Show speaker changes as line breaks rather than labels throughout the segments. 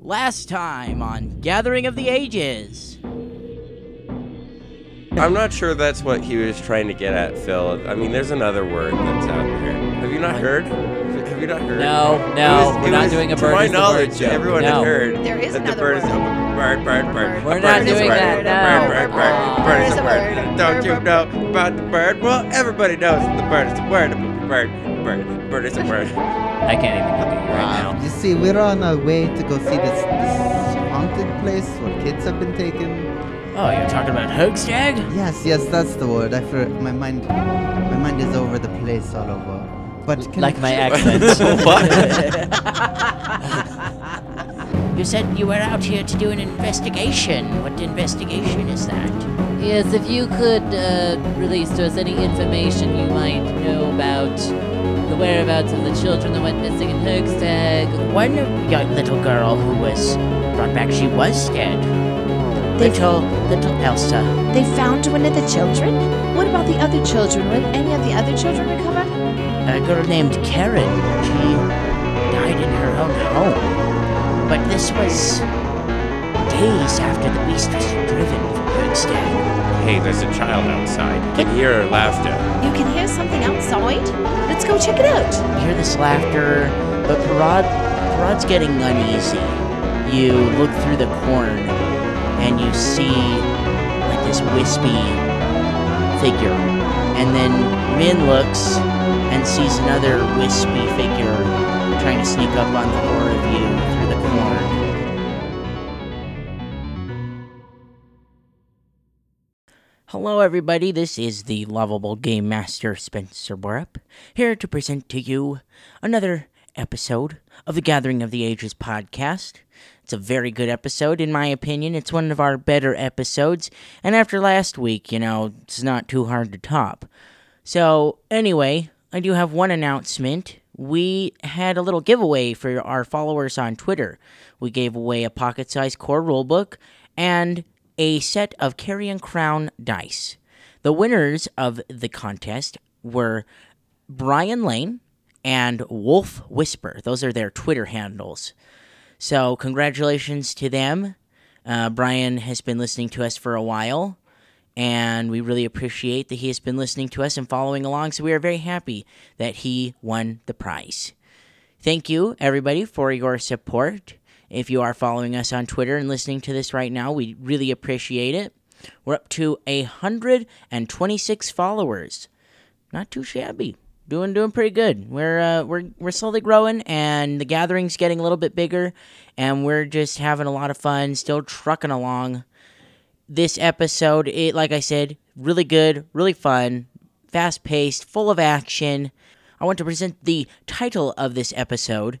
Last time on Gathering of the Ages.
I'm not sure that's what he was trying to get at, Phil. I mean, there's another word that's out there. Have you not heard? Have you not heard?
No,
It
no,
was-
we're
it
not
was-
doing a
to
bird
my
is the
knowledge,
word joke.
everyone
no.
had heard
There is
that the
another
bird is
word.
a bird, bird, bird.
We're
A
not
bird is a
doing
bird.
that, no.
Bird, bird, bird.
Bird
Bird is
is
a
a
bird.
word.
Don't
Bird,
you
bird,
know about the bird? Well, everybody knows that the bird is a word. Bird, bird, bird is a word.
I can't even look at you right now.
You see, we're on our way to go see this, this haunted place where kids have been taken.
Oh, you're talking about Hogstag?
Yes, yes, that's the word. I for my mind, my mind is over the place all over. But can
Like my accent. you said you were out here to do an investigation. What investigation is that?
Yes, if you could uh, release to us any information you might know about the whereabouts of the children that went missing in Hergstag.
One young little girl who was brought back, she was dead. Little, little Elsa.
They found one of the children? What about the other children? Were any of the other children recovered?
A girl named Karen. She died in her own home. But this was days after the beast was driven from Hogstag.
Hey, there's a child outside. You can hear her laughter.
You can hear something outside? Let's go check it out.
hear this laughter, but Parad, Parad's getting uneasy. You look through the corn and you see like this wispy figure. And then Min looks and sees another wispy figure trying to sneak up on the four of you through the corn. Hello, everybody. This is the lovable game master Spencer Borup, here to present to you another episode of the Gathering of the Ages podcast. It's a very good episode, in my opinion. It's one of our better episodes, and after last week, you know, it's not too hard to top. So, anyway, I do have one announcement. We had a little giveaway for our followers on Twitter. We gave away a pocket sized core rulebook and a set of Carrion Crown dice. The winners of the contest were Brian Lane and Wolf Whisper. Those are their Twitter handles. So, congratulations to them. Uh, Brian has been listening to us for a while, and we really appreciate that he has been listening to us and following along. So, we are very happy that he won the prize. Thank you, everybody, for your support. If you are following us on Twitter and listening to this right now, we really appreciate it. We're up to 126 followers not too shabby. Doing doing pretty good. We're uh, we're we're slowly growing, and the gathering's getting a little bit bigger, and we're just having a lot of fun. Still trucking along. This episode, it like I said, really good, really fun, fast paced, full of action. I want to present the title of this episode.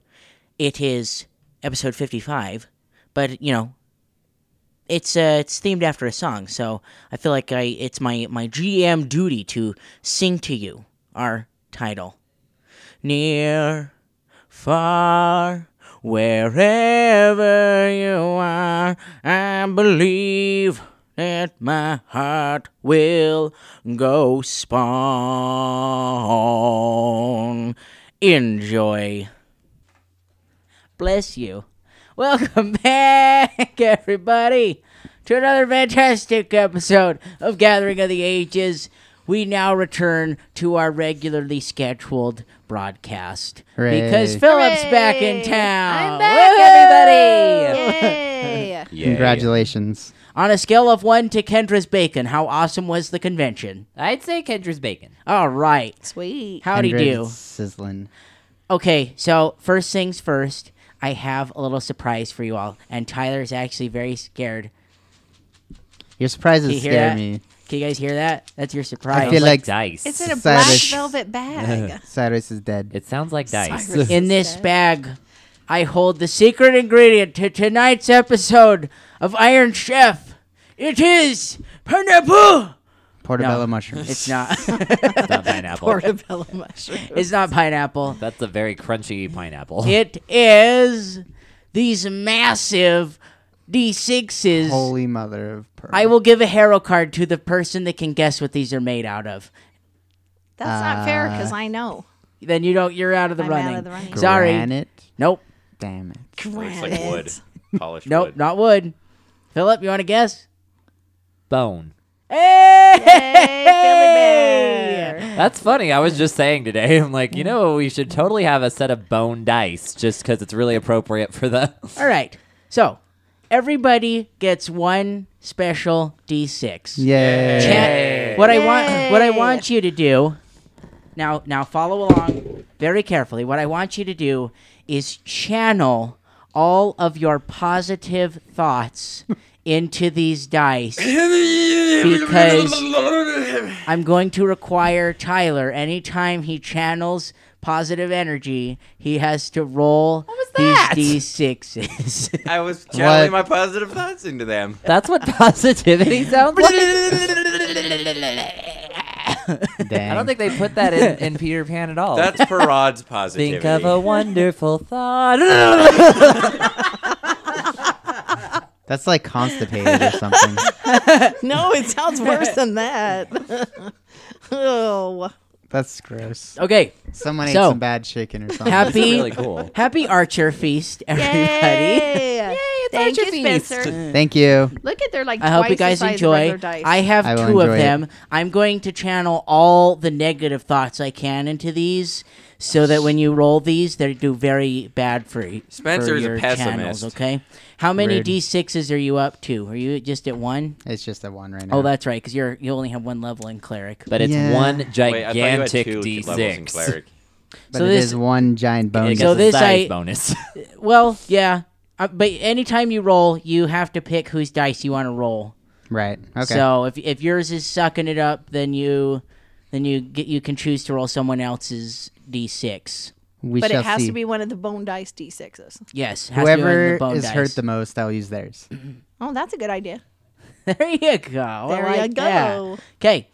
It is episode fifty five, but you know, it's uh, it's themed after a song, so I feel like I it's my my GM duty to sing to you our title. Near, far, wherever you are, I believe that my heart will go spawn. Enjoy. Bless you. Welcome back, everybody, to another fantastic episode of Gathering of the Ages. We now return to our regularly scheduled broadcast
Hooray.
because Philip's back in
Hooray.
town.
I'm back,
Woo, everybody!
Yay.
Congratulations.
On a scale of one to Kendra's Bacon, how awesome was the convention?
I'd say Kendra's Bacon.
All right,
Sweet.
howdy
Kindred
do.
Sizzling.
Okay, so first things first, I have a little surprise for you all, and Tyler's actually very scared.
Your surprises
Can you hear
scare
that?
me.
Can you guys hear that? That's your surprise.
I feel like,
dice.
It's in a black
Cyrus.
velvet bag.
Cyrus is dead.
it sounds like dice.
in this bag, I hold the secret ingredient to tonight's episode of Iron Chef. It is pineapple.
Portobello
No.
mushrooms.
It's not.
It's not pineapple.
Portobello mushroom.
it's not pineapple.
That's a very crunchy pineapple.
It is these massive D6s.
Holy mother of pearl.
I will give a hero card to the person that can guess what these are made out of.
That's not fair because I know.
Then you don't. You're out of the,
I'm out
running.
of the running.
Sorry.
Granite.
Nope.
Damn it.
Looks like wood. Polished
Nope,
wood.
not wood. Philip, you want to guess?
Bone.
Hey!
Hey, Philly Bear.
That's funny. I was just saying today. I'm like, you know, we should totally have a set of bone dice just because it's really appropriate for the.
All right. So, everybody gets one special D6.
Yay.
Chat, what I want what I
Yay.
want you to do now now follow along very carefully. What I want you to do is channel all of your positive thoughts into these dice because I'm going to require Tyler anytime he channels positive energy, he has to roll these D6s.
I was channeling
What?
my positive thoughts into them.
That's what positivity sounds like.
Dang.
I don't think they put that in, in Peter Pan at all.
That's Parod's positivity.
Think of a wonderful thought.
That's like constipated or something.
No, it sounds worse than that. oh.
That's gross.
okay.
Someone ate
So-
some bad chicken or something.
Happy
really cool.
Happy Archer Feast, everybody.
Yay.
Thank you,
Archer Feast.
Spencer.
Thank you.
Look at their like.
I hope
twice
you guys
the size of
enjoy.
regular dice.
I have
I will
two of
enjoy it.
them. I'm going to channel all the negative thoughts I can into these so that when you roll these, they do very bad for you.
Spencer's a
your Channels,
pessimist.
okay? How many
Rude.
D6s are you up to? Are you just at one?
It's just a one right now.
Oh, that's right, because you're you only have one level in cleric.
But it's
Yeah.
one
Wait, I thought you had
gigantic
two levels in
D6.
cleric.
but
so
it
this-
is one giant bone.
It
So
gets a
this
size
I-
bonus.
Well, yeah. Uh, but anytime you roll, you have to pick whose dice you want to roll.
right. Okay.
So if if yours is sucking it up, then you then you get you can choose to roll someone else's d6.
we
But
shall
it has
see.
to be one of the bone dice D6s.
Yes, has to be on the
Whoever
bone
is
dice.
hurt the most, I'll use theirs.
Oh, that's a good idea.
There you go.
There you go.
Okay.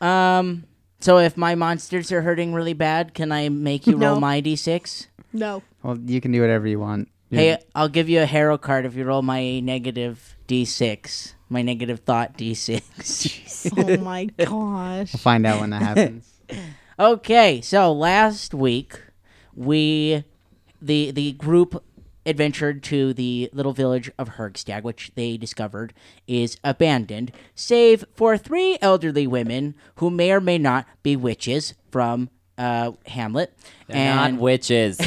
Um. So if my monsters are hurting really bad, can I make you roll
No.
my d6?
No.
Well, you can do whatever you want.
Hey, I'll give you a hero card if you roll my negative d6, my negative thought d6.
Oh my gosh.
We'll find out when that happens.
Okay, so last week we the the group adventured to the little village of Hergstag, which they discovered is abandoned, save for three elderly women who may or may not be witches from uh, Hamlet.
Not
and
witches.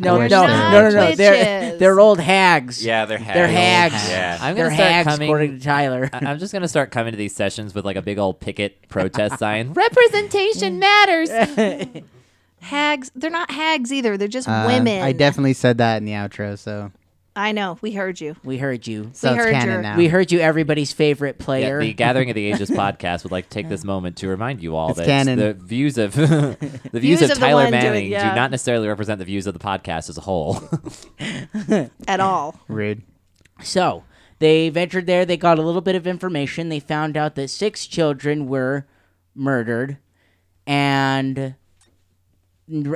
no, no,
They're
no,
not
no, no, no, they're
witches.
they're old hags.
Yeah, they're hags.
they're hags.
Yeah.
I'm
they're
gonna start
hags,
coming- Uh,
according to Tyler.
I- I'm just gonna start coming to these sessions with like a big old picket protest sign.
Representation matters.
Hags. They're not hags either. They're just
Um,
women.
I definitely said that in the outro, so
I know. We heard you.
we heard you.
so
We
it's
heard
canon
your-
now.
We heard you, everybody's favorite
Yeah,
player.
the Gathering of the Ages podcast would like to take this moment to remind you all
It's
that
canon.
the views of the
Views
views, of,
of the
Tyler
one doing-
Manning
yeah.
do not necessarily represent the views of the podcast as a whole.
At all.
Rude.
So they ventured there. They got a little bit of information. They found out that six children were murdered, and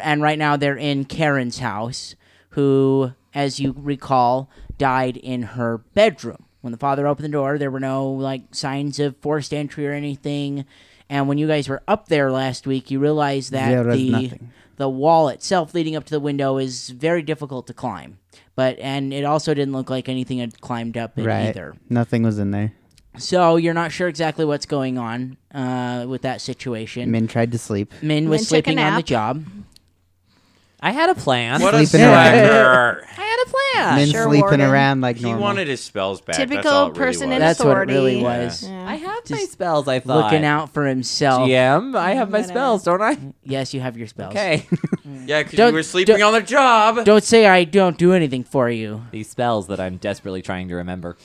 and right now they're in Karen's house, who, as you recall, died in her bedroom. When the father opened the door, there were no like signs of forced entry or anything. And when you guys were up there last week, you realized that
There was
the
nothing.
the wall itself leading up to the window is very difficult to climb. But and it also didn't look like anything had climbed up it
Right.
either.
Nothing was in there.
So you're not sure exactly what's going on uh, with that situation. Min,
Min tried to sleep.
was
Min took a
sleeping on the
nap.
job.
I had a plan.
What a
Sleeping around.
slacker.
I had a plan.
Min
sure,
sleeping
Warden.
around like
he
normal.
wanted his spells back. That's
Typical
all it really
person in
was.
That's what it really
Authority.
was.
I have my
Just
spells. I thought.
Looking out for himself.
GM, I have my
Whatever.
spells, don't I?
Yes, you have your spells.
Okay.
Yeah, because
Don't-
you were sleeping
don't-
on the job.
Don't say I don't do anything for you.
These spells that I'm desperately trying to remember.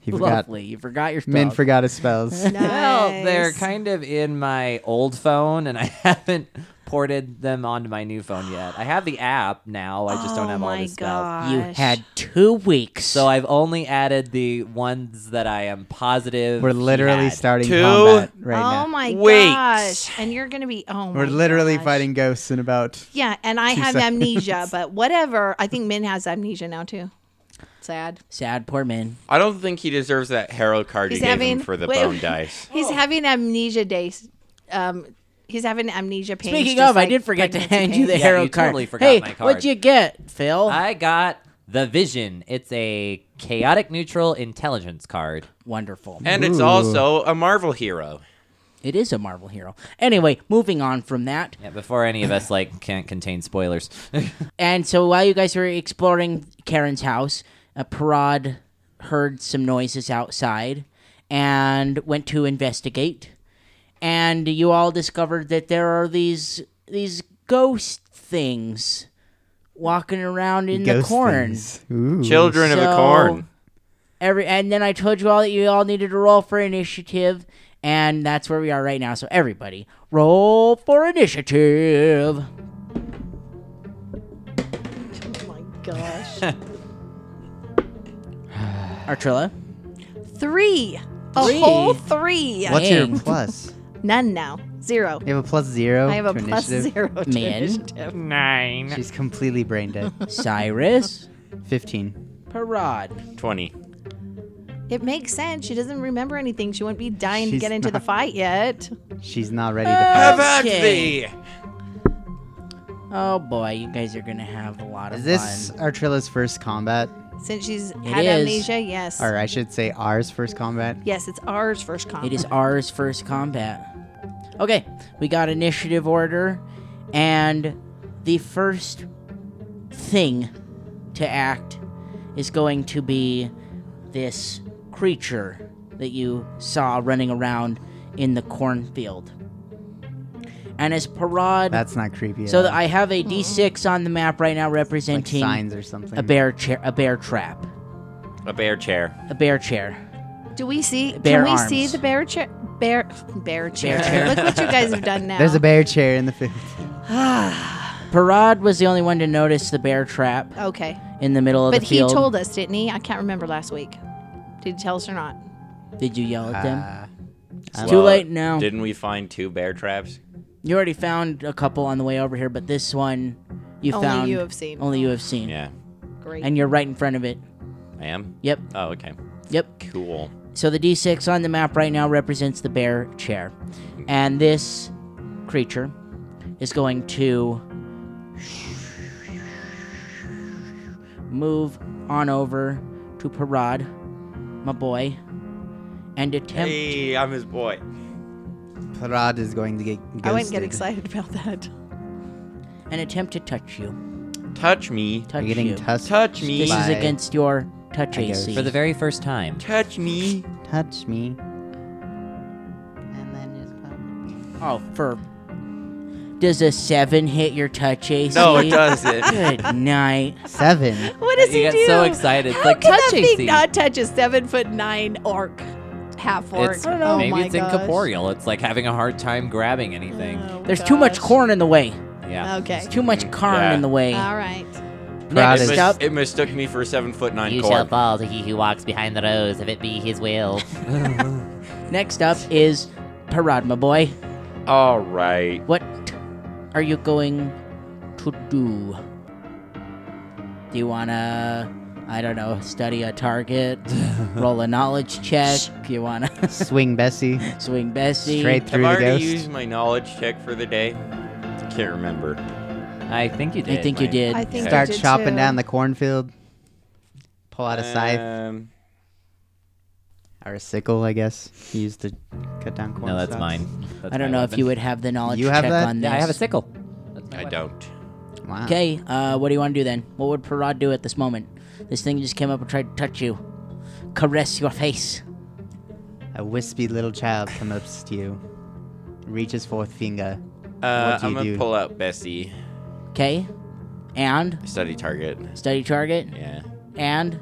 he forgot.
Lovely. You forgot your spells.
Min forgot his spells.
Well, they're
Nice.
kind of in my old phone, and I haven't ported them onto my new phone yet. I have the app now. I just don't
Oh
have all
my
the spells.
gosh.
You had two weeks.
So I've only added the ones that I am positive.
We're
he
literally
had.
starting
Two?
combat right
oh
now.
my
Weeks.
gosh. And you're going to be, oh my
We're literally
gosh.
fighting ghosts in about.
Yeah, and I
Two
have
seconds.
amnesia, but whatever. I think Min has amnesia now too. Sad.
sad, poor Min.
I don't think he deserves that hero card
He's
you gave him
having-
for the
wait,
bone
wait.
dice.
He's having amnesia days. Um, he's having amnesia pain.
Speaking of, I did forget to hand you the
Yeah,
hero
you
card.
totally forgot
hey,
my card.
what'd you get, Phil?
I got The Vision. It's a chaotic neutral intelligence card.
Wonderful.
And it's also a Marvel hero.
It is a Marvel hero. Anyway, moving on from that.
Yeah, before any of us like can't contain spoilers.
And so while you guys were exploring Karen's house, uh, Parad heard some noises outside and went to investigate. And you all discovered that there are these these ghost things walking around in the
Ghost
corn.
things. Ooh.
Children of the
So-
Corn.
Every and then I told you all that you all needed to roll for initiative, and that's where we are right now. So everybody, roll for initiative.
Oh my gosh.
Artrilla.
three. A
Three.
whole three.
What's your
Dang.
plus?
None now. Zero.
You have a plus zero.
I have a
to
plus
initiative?
zero to
Man.
initiative.
She's completely brain dead.
Cyrus.
Fifteen.
Parad.
20.
It makes sense. She doesn't remember anything. She wouldn't be dying to
She's
get into the
not-
fight yet.
She's not ready to.
Have at
Okay.
thee!
Oh boy, you guys are gonna have a lot of
Is this Artrilla's first combat?
Since she's had
is.
amnesia, yes.
Or I should say ours first combat?
Yes, it's ours first combat.
fun. It is ours first combat. Okay, we got initiative order, and the first thing to act is going to be this creature that you saw running around in the cornfield. And as Parad,
That's not creepy. at
so
all.
I have a D6 on the map right now
like
representing
signs or something.
a bear chair, a bear trap,
A bear chair.
a bear chair.
Do we see?
Bear
can we
arms.
see the bear chair? Bear, bear chair.
chair.
Look what you guys have done now.
There's a bear chair in the field.
Parad was the only one to notice the bear trap
Okay,
in the middle of
but
the
he
field.
told us, didn't he? I can't remember last week. Did he tell us or not?
Did you yell at them?
Uh,
It's too late now.
Didn't we find two bear traps?
you already found a couple on the way over here, but this one you
Only
found.
you have seen.
Only you have seen.
Yeah.
Great.
And you're right in front of it.
I am?
Yep.
Oh, okay.
Yep.
Cool.
So the D6 on the map right now represents the bear chair. And this creature is going to move on over to Parad, my boy, and attempt
Hey, I'm his boy.
Parad is going to get ghosted.
I wouldn't get excited about that.
an attempt to touch you.
Touch me.
Touch
You're getting
you.
touched.
Touch me.
This is
by-
against your touch
I guess.
AC.
For the very first time.
Touch me.
Touch me. And then just pop.
oh, for does a seven hit your touch AC?
No, it doesn't.
Good night.
Seven.
What does
you
he
get
do?
so excited.
How
it's like
could that
touching
thing
scene.
not touch a seven foot nine orc, half orc?
It's,
oh
maybe
my
it's
gosh.
incorporeal. It's like having a hard time grabbing anything.
Oh
There's too much
gosh.
corn in the way.
yeah.
Okay.
Too much corn
Yeah.
in the way.
All right.
Parad
it,
is
Next up.
mis- it mistook me for a seven foot nine
You shall
corn.
fall to he who walks behind the rose, if it be his will.
Next up is Parad, my boy.
All right.
What are you going to do? Do you wanna, I don't know, study a target, roll a knowledge check? You wanna
swing Bessie
swing Bessie?
straight
Have
through
I
the
already
ghost.
used my knowledge check for the day? Can't remember.
I think you
I
did.
think you
Mike.
did.
I think
Start
I did
chopping
too.
down the cornfield. Pull out a
Uh,
scythe
Um,
or a sickle, I guess. You used to cut down corn.
No, that's
stalks.
mine. That's
I don't
my
know if
weapon.
you would have the knowledge
You have
check
that?
on this.
Yeah, I have a sickle. That's my
I
weapon.
don't.
Wow.
Okay, uh, what do you want to do then? What would Parad do at this moment? This thing just came up and tried to touch you, caress your face.
A wispy little child comes up to you, reaches forth finger.
Uh,
What do
I'm
you
gonna
do?
pull out Bessie.
Okay, and
Study target.
study target,
Yeah.
and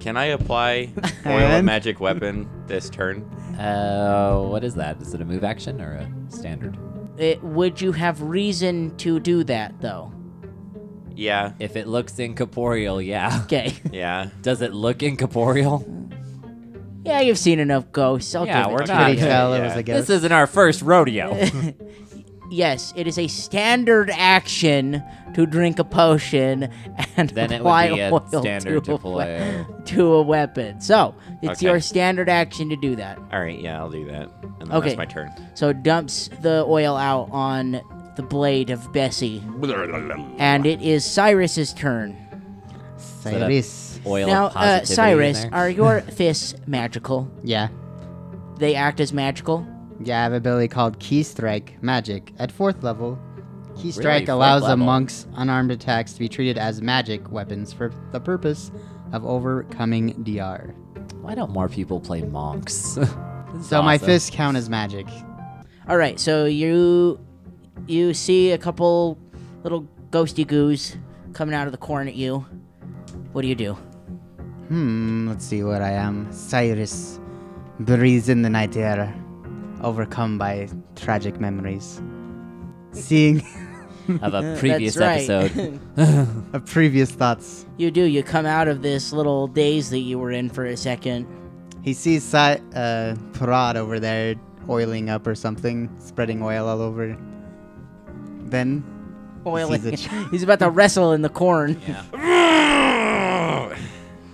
Can I apply oil of
And?
magic weapon this turn?
Uh, what is that? Is it a move action or a standard?
it, would you have reason to do that though?
Yeah.
If it looks incorporeal, yeah.
Okay,
Yeah.
Does it look incorporeal?
yeah, you've seen enough ghosts. I'll
Yeah,
give it
we're
to
not-
you.
Pretty tell it
yeah.
was a
Ah, This
ghost.
isn't our first rodeo.
Yes, it is a standard action to drink a potion and
then it
apply
would be a
oil
standard
to,
to
a,
pull
we-
a.
to a weapon. So it's
Okay.
your standard action to do that.
All right. Yeah, I'll do that. And then
Okay.
that's my turn.
So it dumps the oil out on the blade of Bessie. And it is Cyrus's turn.
that a
Cyrus.
Oil of
now, uh,
positivity in
Cyrus,
there?
are your fists magical?
Yeah.
They act as magical?
Yeah, I have a ability called Key Strike Magic. At fourth level, Key Strike
fourth
allows a
level?
monk's unarmed attacks to be treated as magic weapons for the purpose of overcoming DR.
Why don't more people play monks? so
So my fists count as magic.
All right, so you you see a couple little ghosty goos coming out of the corn at you. What do you do?
Hmm, let's see what I am. Cyrus breathes in the night air, overcome by tragic memories. Seeing
of a previous
That's right.
episode.
of previous thoughts,
You do. You come out of this little daze that you were in for a second.
he sees Cy- uh, Parad over there oiling up or something, spreading oil all over. Then
Oiling.
He's a-
He's about to wrestle in the corn.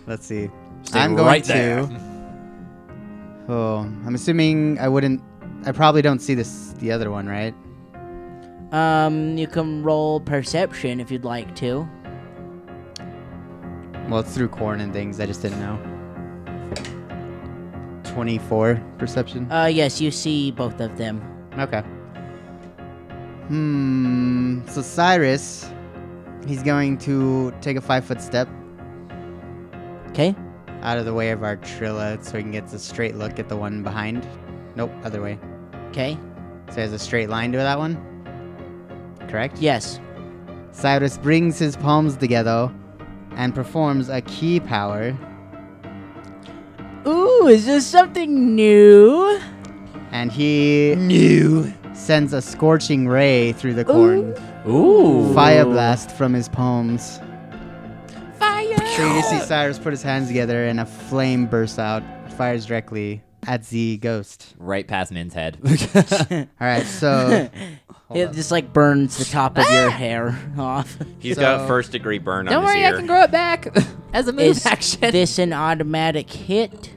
Let's see.
Stay
I'm going
right
to.
there.
Oh, I'm assuming I wouldn't. I probably don't see this the other one, right?
Um, you can roll perception if you'd like to.
Well, it's through corn and things. I just didn't know. 24 perception.
Uh, yes, you see both of them.
okay. Hmm. So Cyrus, he's going to take a five foot step
Okay.
out of the way of our Trilla so he can get a straight look at the one behind. Nope, other way.
Okay.
So he has a straight line to that one. Correct?
Yes.
Cyrus brings his palms together and performs a key power,
Ooh, is this something new?
and he new sends a scorching ray through the corn.
Ooh.
Fire blast from his palms. Fire! So you just see Cyrus put his hands together, and a flame bursts out, fires directly at the ghost.
Right past Nin's head.
All right, so uh,
it just like burns the top of your hair off.
He's
So-
got first degree burn
Don't
on his
worry, I
ear.
can grow it back as a move
Is
action.
this an automatic hit?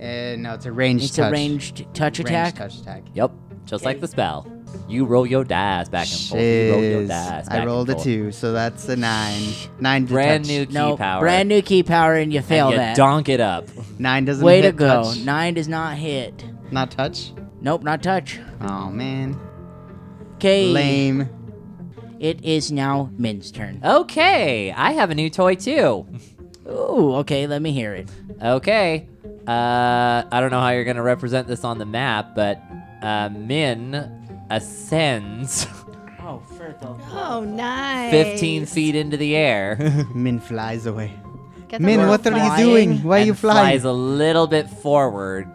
uh, no, it's a ranged
It's
touch.
a ranged touch
ranged
attack.
touch attack.
yep. Just like the spell. You roll your dice back and forth. You roll your
Shiz.
dice. Back
I rolled a
and forth.
two, so that's a nine. Nine to
Brand
touch.
new key
No,
power.
brand new key power, and you fail
and you
that.
donk it up.
Nine doesn't
Way to
hit
go.
touch.
Nine does not hit.
Not touch.
Nope, not touch.
Oh man.
Okay.
Lame.
It is now Min's turn.
Okay, I have a new toy too.
Ooh, okay, let me hear it.
Okay. Uh, I don't know how you're going to represent this on the map, but uh, Min ascends
Oh, fertile.
Oh, nice.
15 feet into the air.
Min flies away.
Get the
Min,
word
what are
flying.
you doing? Why are
and
you flying?
Flies a little bit forward.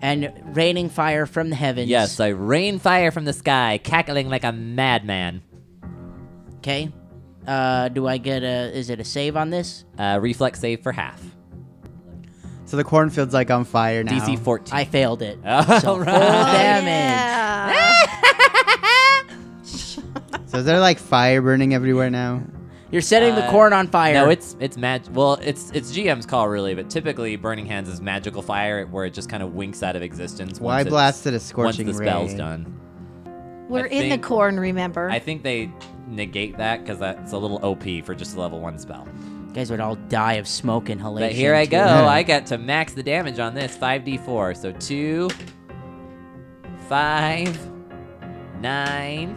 And raining fire from the heavens.
Yes, I rain fire from the sky, cackling like a madman.
Okay. Uh, do I get a? Is it a save on this?
Uh, reflex save for half.
So the cornfield's like on fire now.
DC 14.
I failed it.
All
so
right.
full
Oh,
damage.
yeah.
So is there like fire burning everywhere now?
You're setting the
Uh,
corn on fire.
No, it's it's mag. Well, it's it's GM's call really, but typically burning hands is magical fire where it just kind of winks out of existence.
Why
once it's-
blasted a
Once
scorching
the spell's
ray?
done,
We're
I
in the
think-
corn, remember?
I think they negate that because that's a little OP for just a level one spell.
you guys would all die of smoke inhalation.
But here I
too.
go. I got to max the damage on this 5d4. So two, five, nine,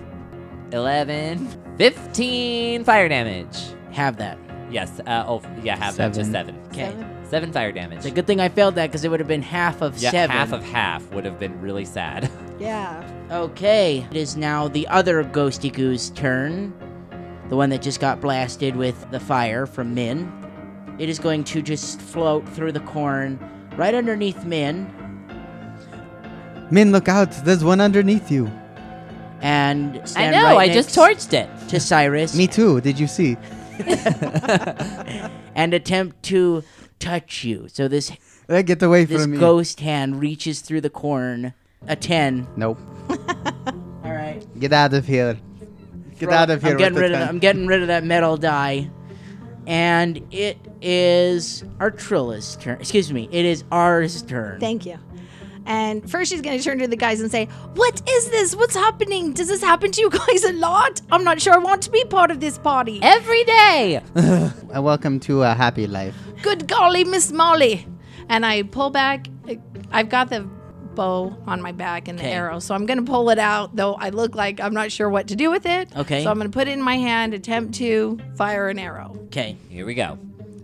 eleven, fifteen fire damage.
Have that.
Yes. Uh, oh, yeah, have that to
Seven.
seven.
Okay.
Seven fire damage.
It's a good thing I failed that because it would have been half of
yeah,
seven.
half of half would have been really sad.
yeah.
Okay, it is now the other Ghosty Goo's turn. The one that just got blasted with the fire from Min. It is going to just float through the corn right underneath Min
Min, look out! There's one underneath you.
and
I
stand
know,
right
I just
next
torched it.
to Cyrus
Me too. Did you see?
and attempt to touch you. So this
Eh, Get away
this
from me.
ghost hand reaches through the corn. A ten.
Nope.
All right.
Get out of here. Get out of here.
I'm getting
with
rid
the
of.
gun.
that- I'm getting rid of that metal die, and it is Artrilla's turn. Excuse me. It is ours turn.
Thank you. And first, she's going to turn to the guys and say, What is this? What's happening? Does this happen to you guys a lot? I'm not sure I want to be part of this party.
Every day.
Uh, welcome to a happy life.
Good golly, Miss Molly. And I pull back. I've got the bow on my back and the
Okay.
arrow, so I'm going to pull it out, though I look like I'm not sure what to do with it.
Okay.
So I'm going to put it in my hand, attempt to fire an arrow.
Okay.
Here we go.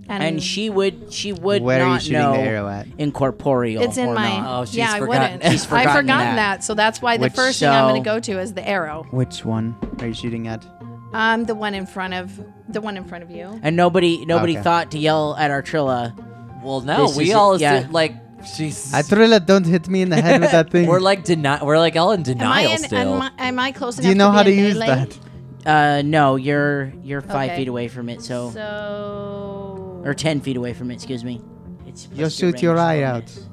And she would she would
Where are you
not
shooting the
know
arrow at?
incorporeal.
it's in
or
my.
not.
Oh, she's
yeah, I
forgotten-
wouldn't.
she's forgotten
I've forgotten
that.
that. so that's why the
Which-
first thing I'm going
so-
to go to is the arrow.
Which one are you shooting at?
Um, the one in front of the one in front of you.
And nobody nobody
Okay.
thought to yell at Artrilla.
Well, no,
This
we
is-
all assume,
yeah.
like she's.
I Atrilla, don't hit me in the head with that thing.
we're like deni- We're like all in
Am I,
denial
in,
still.
am, I, am I close
Do you
enough
know
to
how to
be in
use
melee?
that?
Uh, no, you're you're five
Okay.
feet away from it, so,
So.
or ten feet away from it. Excuse me. It's plus
You'll shoot your
range
eye out.
bonus.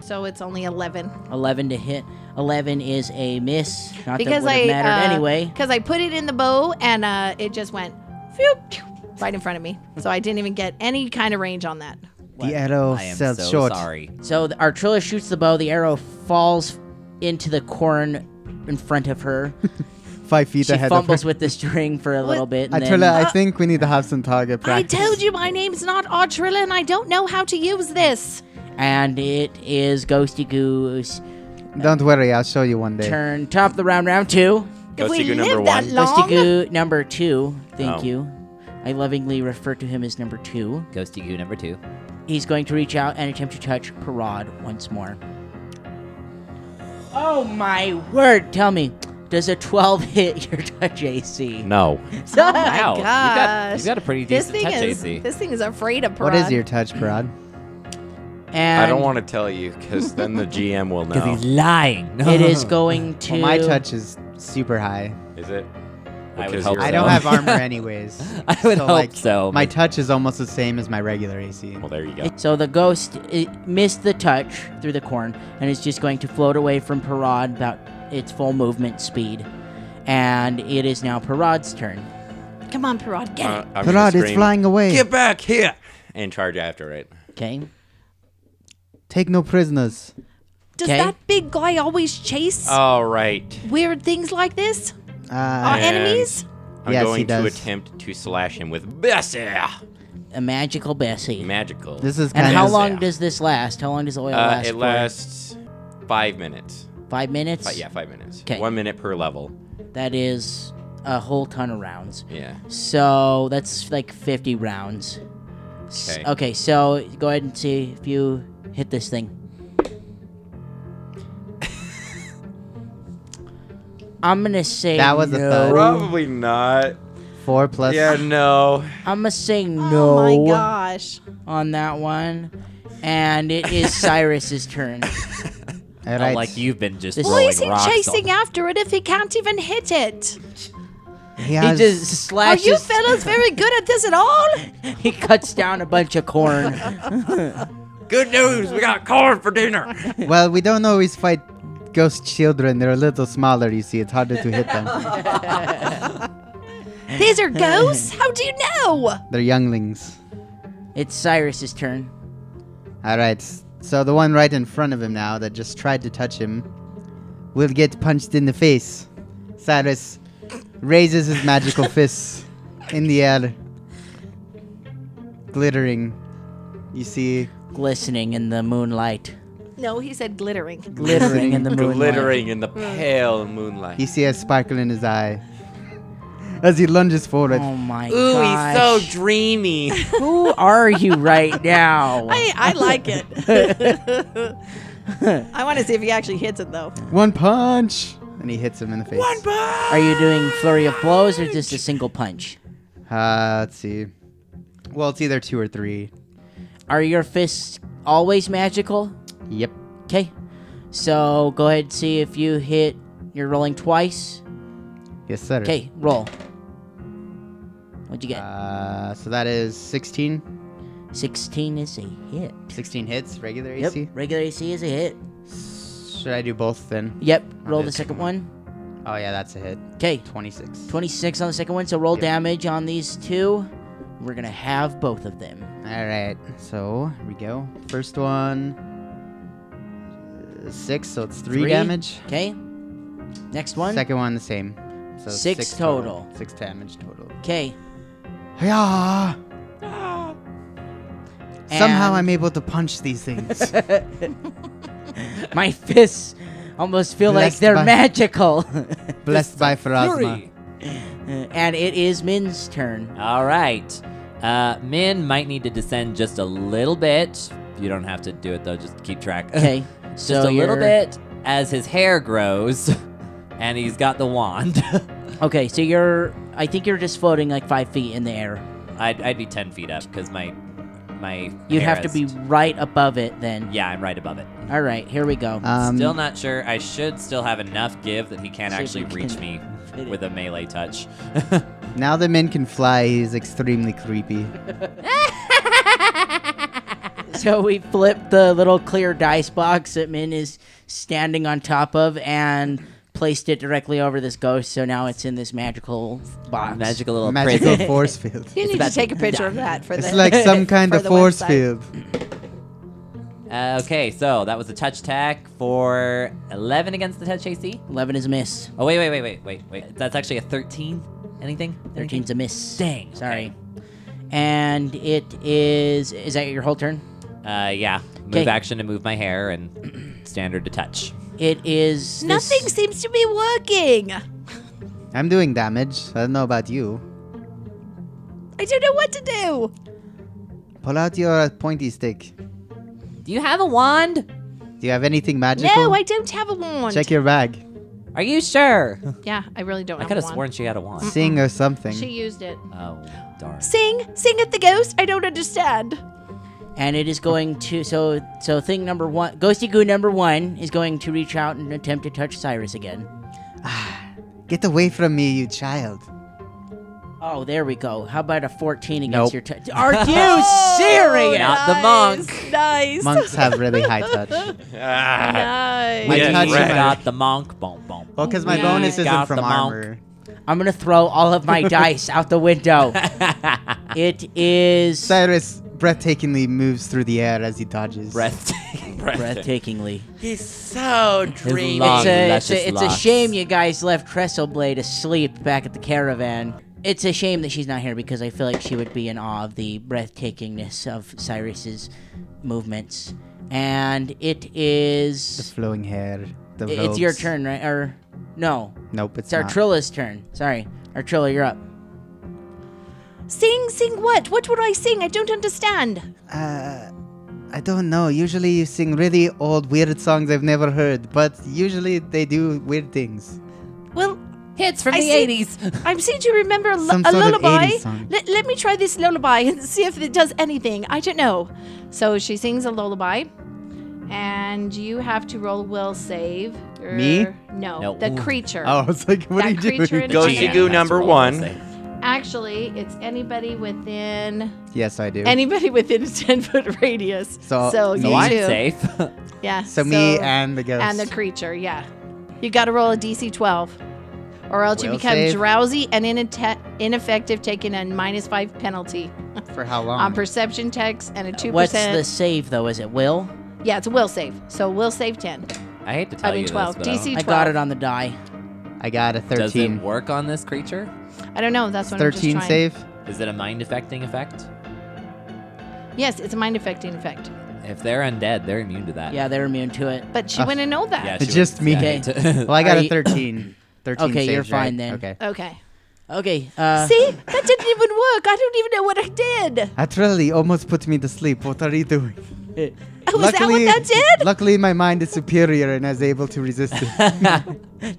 So it's only 11.
Eleven to hit. Eleven is a miss. Not
Because
that it
I
would have mattered
uh,
anyway.
Because I put it in the bow and uh, it just went phew, phew, right in front of me. So I didn't even get any kind of range on that.
What?
The arrow
I am
sells
so
short.
sorry.
So the, Artrilla shoots the bow. The arrow falls into the corn in front of her.
Five feet
She
ahead
fumbles
of
with the string for a little bit.
her.
And
Atrilla,
then,
I think we need to have some target practice.
I told you my name's not Artrilla and I don't know how to use this.
and it is Ghosty Goose
Don't worry, I'll show you one day.
turn. Top of the round, round two.
If
Go
we
see you number
live that
one.
long.
Ghosty Goo number two. Thank
Oh.
you. I lovingly refer to him as number two.
Ghosty goo number two.
He's going to reach out and attempt to touch Parad once more. Oh my word! Tell me, does a 12 hit your touch AC?
No.
Oh my
Wow, you got-
gosh.
you got a pretty
this
decent
thing
touch
is,
AC.
This thing is afraid of
What is
Parad.
your touch, Brad?
And
I don't want to tell you because then the GM will know.
he's lying.
Oh. It is going to.
Well, my touch is super high.
Is it?
I would
Because
hope
you're
I
so.
don't have armor anyways.
I would
so,
hope
like,
so.
My touch is almost the same as my regular AC.
Well, there you go.
So the ghost i missed the touch through the corn and is just going to float away from Parad about its full movement speed. And it is now Parad's turn.
Come on, Parad, get
Uh,
it.
I'm gonna
Brad, it's
scream,
flying away.
Get back here! And charge after it.
Okay.
Take no prisoners.
Does
okay.
that big guy always chase
All right.
weird things like this?
Uh,
Our
And
enemies?
I'm
Yes, he
going to
does.
attempt to slash him with Bessie.
A magical Bessie.
Magical.
this is
and
kind
how
of
long
yeah.
does this last? How long does the oil
uh,
last?
it
for?
lasts five minutes.
Five minutes?
Fi- yeah, five minutes.
'Kay.
One minute per level.
That is a whole ton of rounds.
Yeah.
So that's like 50 rounds. S-
Okay.
Okay, so go ahead and see if you hit this thing. I'm gonna say
That was a
no.
thud.
Probably not.
four plus.
Yeah, no.
I'm gonna say no
Oh my gosh.
on that one, and it is Cyrus's turn.
All
Not
right.
like you've been just
This-
Why
rolling
is he
rocks all-
chasing after it if he can't even hit it?
He
He
has-
just
Are
slashes.
you fellas very good at this at all?
he cuts down a bunch of corn.
Good news, we got corn for dinner.
well, we don't always fight ghost children. They're a little smaller, you see. It's harder to hit them.
These are ghosts? How do you know?
They're younglings.
it's Cyrus's turn.
All right. So the one right in front of him now that just tried to touch him will get punched in the face. Cyrus raises his magical fists in the air, glittering. You see,
Glistening in the moonlight.
No, he said glittering.
Glittering in the moonlight.
Glittering in the pale moonlight.
you see a sparkle in his eye as he lunges forward.
Oh my
Ooh,
gosh.
he's so dreamy.
Who are you right now?
I, I like it. I want to see if he actually hits it though.
One punch, and he hits him in the face. One punch.
are you doing flurry of blows or just a single punch?
Uh, let's see. Well, it's either two or three.
Are your fists always magical?
Yep.
Okay. So go ahead and see if you hit. You're rolling twice.
Yes, sir.
Okay, roll. What'd you get?
Uh, so that is 16.
16 is a hit.
16 hits, regular
Yep.
AC.
Regular AC is a hit.
Should I do both then?
Yep. Roll the
did.
second one.
Oh yeah, that's a hit.
Okay.
26.
26 on the second one. So roll damage on these two. We're going to have both of them.
All right. So, here we go. First one a Uh, six, so it's three,
Three.
damage.
Okay. Next one.
Second one the same. So
Six total.
Six damage total.
Okay.
Yeah. Ah. Somehow I'm able to punch these things.
My fists almost feel like
Blessed
they're
by-
magical.
Blessed by Farazma.
Fury.
and it is Min's turn.
All right. Uh, Min might need to descend just a little bit. You don't have to do it though. Just keep track.
Okay. So
just a little
you're-
bit as his hair grows, and he's got the wand.
Okay, so you're. I think you're just floating like five feet in the air.
I'd, I'd be ten feet up because my my.
You'd
hair
have to
is-
be right above it then.
Yeah, Uh. I'm right above it.
All right, here we go.
Um,
still not sure. I should still have enough give that he can't
See if
actually
you
reach
can
me
fit it.
with a melee touch.
now that Min can fly, he's extremely creepy.
so we flip the little clear dice box that Min is standing on top of and placed it directly over this ghost. So now it's in this magical box.
Magical little
Magical
prison.
force field.
You need
about
to
to
take a picture of that for
It's
the.
like some kind
for
of
the
force
website.
field.
Uh, okay, so that was a touch attack for 11 against the touch AC.
Eleven is a miss.
Oh wait, wait, wait, wait, wait, wait. That's actually a 13. Anything? Anything?
Thirteen's a miss.
Dang,
Sorry. And it is. Is that your whole turn?
Uh, yeah. Move
'Kay.
action to move my hair and standard to touch.
It is. this-
Nothing seems to be working.
I'm doing damage. I don't know about you.
I don't know what to do.
Pull out your pointy stick.
Do you have a wand?
Do you have anything magical?
No, I don't have a wand.
Check your bag.
Are you sure?
yeah, I really don't.
I
have
could have
a wand.
sworn she had a wand.
Sing or something.
she used it.
Oh, darn.
Sing, sing at the ghost. I don't understand.
and it is going to so so thing number one ghosty goo number one is going to reach out and attempt to touch cyrus again
Get away from me, you child.
oh there we go how about a 14 against your touch are you serious
Oh, Not the monk.
Nice.
Monks have really high touch.
Ah,
Nice.
We
Yeah, touch
got
him.
the monk. Boom, boom.
Well, because my
Yeah.
bonus isn't
Got
from
the monk.
armor.
i'm gonna throw all of my dice out the window it is
Cyrus breathtakingly moves through the air as he dodges.
Breath.
breathtakingly
he's so dreamy.
long-
it's, a, it's,
luscious
a, it's a
locks.
shame you guys left Tresselblade asleep back at the caravan. It's a shame that she's not here because I feel like she would be in awe of the breathtakingness of Cyrus's movements. And it is.
Flowing hair. The
i- It's your
robes.
turn, right? Or. No.
Nope, it's
It's our
not.
Trilla's turn. Sorry. Our Trilla, you're up.
Sing, sing what? What would I sing? I don't understand.
Uh, I don't know. Usually you sing really old, weird songs I've never heard, but usually they do weird things.
Well,
Hits from
I
the
see-
80s.
I seem to remember a, lu-
Some
a
sort of
lullaby.
80s song.
Let, let me try this lullaby and see if it does anything. I don't know. So she sings a lullaby, and you have to roll a will save. Or,
Me?
No,
No.
the
Ooh.
creature.
Oh, I was like, what
That
are you
creature in-
doing?
Ghosty
Yeah,
goo
that's
number
what we'll
one.
say.
Actually, it's anybody within
Yes, I do.
anybody within a ten foot radius.
So-
you
so
So I'm
too.
safe.
Yeah.
so, me
so-
and the ghost.
and the creature. Yeah, you got to roll a DC 12, or else you
Will
become
save.
drowsy and inate- ineffective, taking a minus five penalty
For how long?
on perception checks and a two
What's the
percent.
save, though? Is it Will?
Yeah, it's a will save. So will save 10.
I hate to tell
I mean
you
12.
this, but I don't-
DC
I got it on the die.
I got a
Does it
13.
work on this creature?
I don't know. That's what I'm
13
just trying.
save?
Is it a mind affecting effect?
Yes, it's a mind affecting effect.
If they're undead, they're immune to that.
Yeah, they're immune to it.
But she
Uh,
wouldn't know that.
Yeah,
It's
she
just
would-
me.
yeah, I hate to-
Well, I got
Are
a
you-
13. 13
Okay, you're
saves,
fine
right?
then.
Okay.
Okay.
Okay. Uh,
See, that didn't even work. I don't even know what I did.
Atrelli almost put me to sleep. What are you doing?
Oh, was that what that did?
Luckily, my mind is superior and is able to resist it.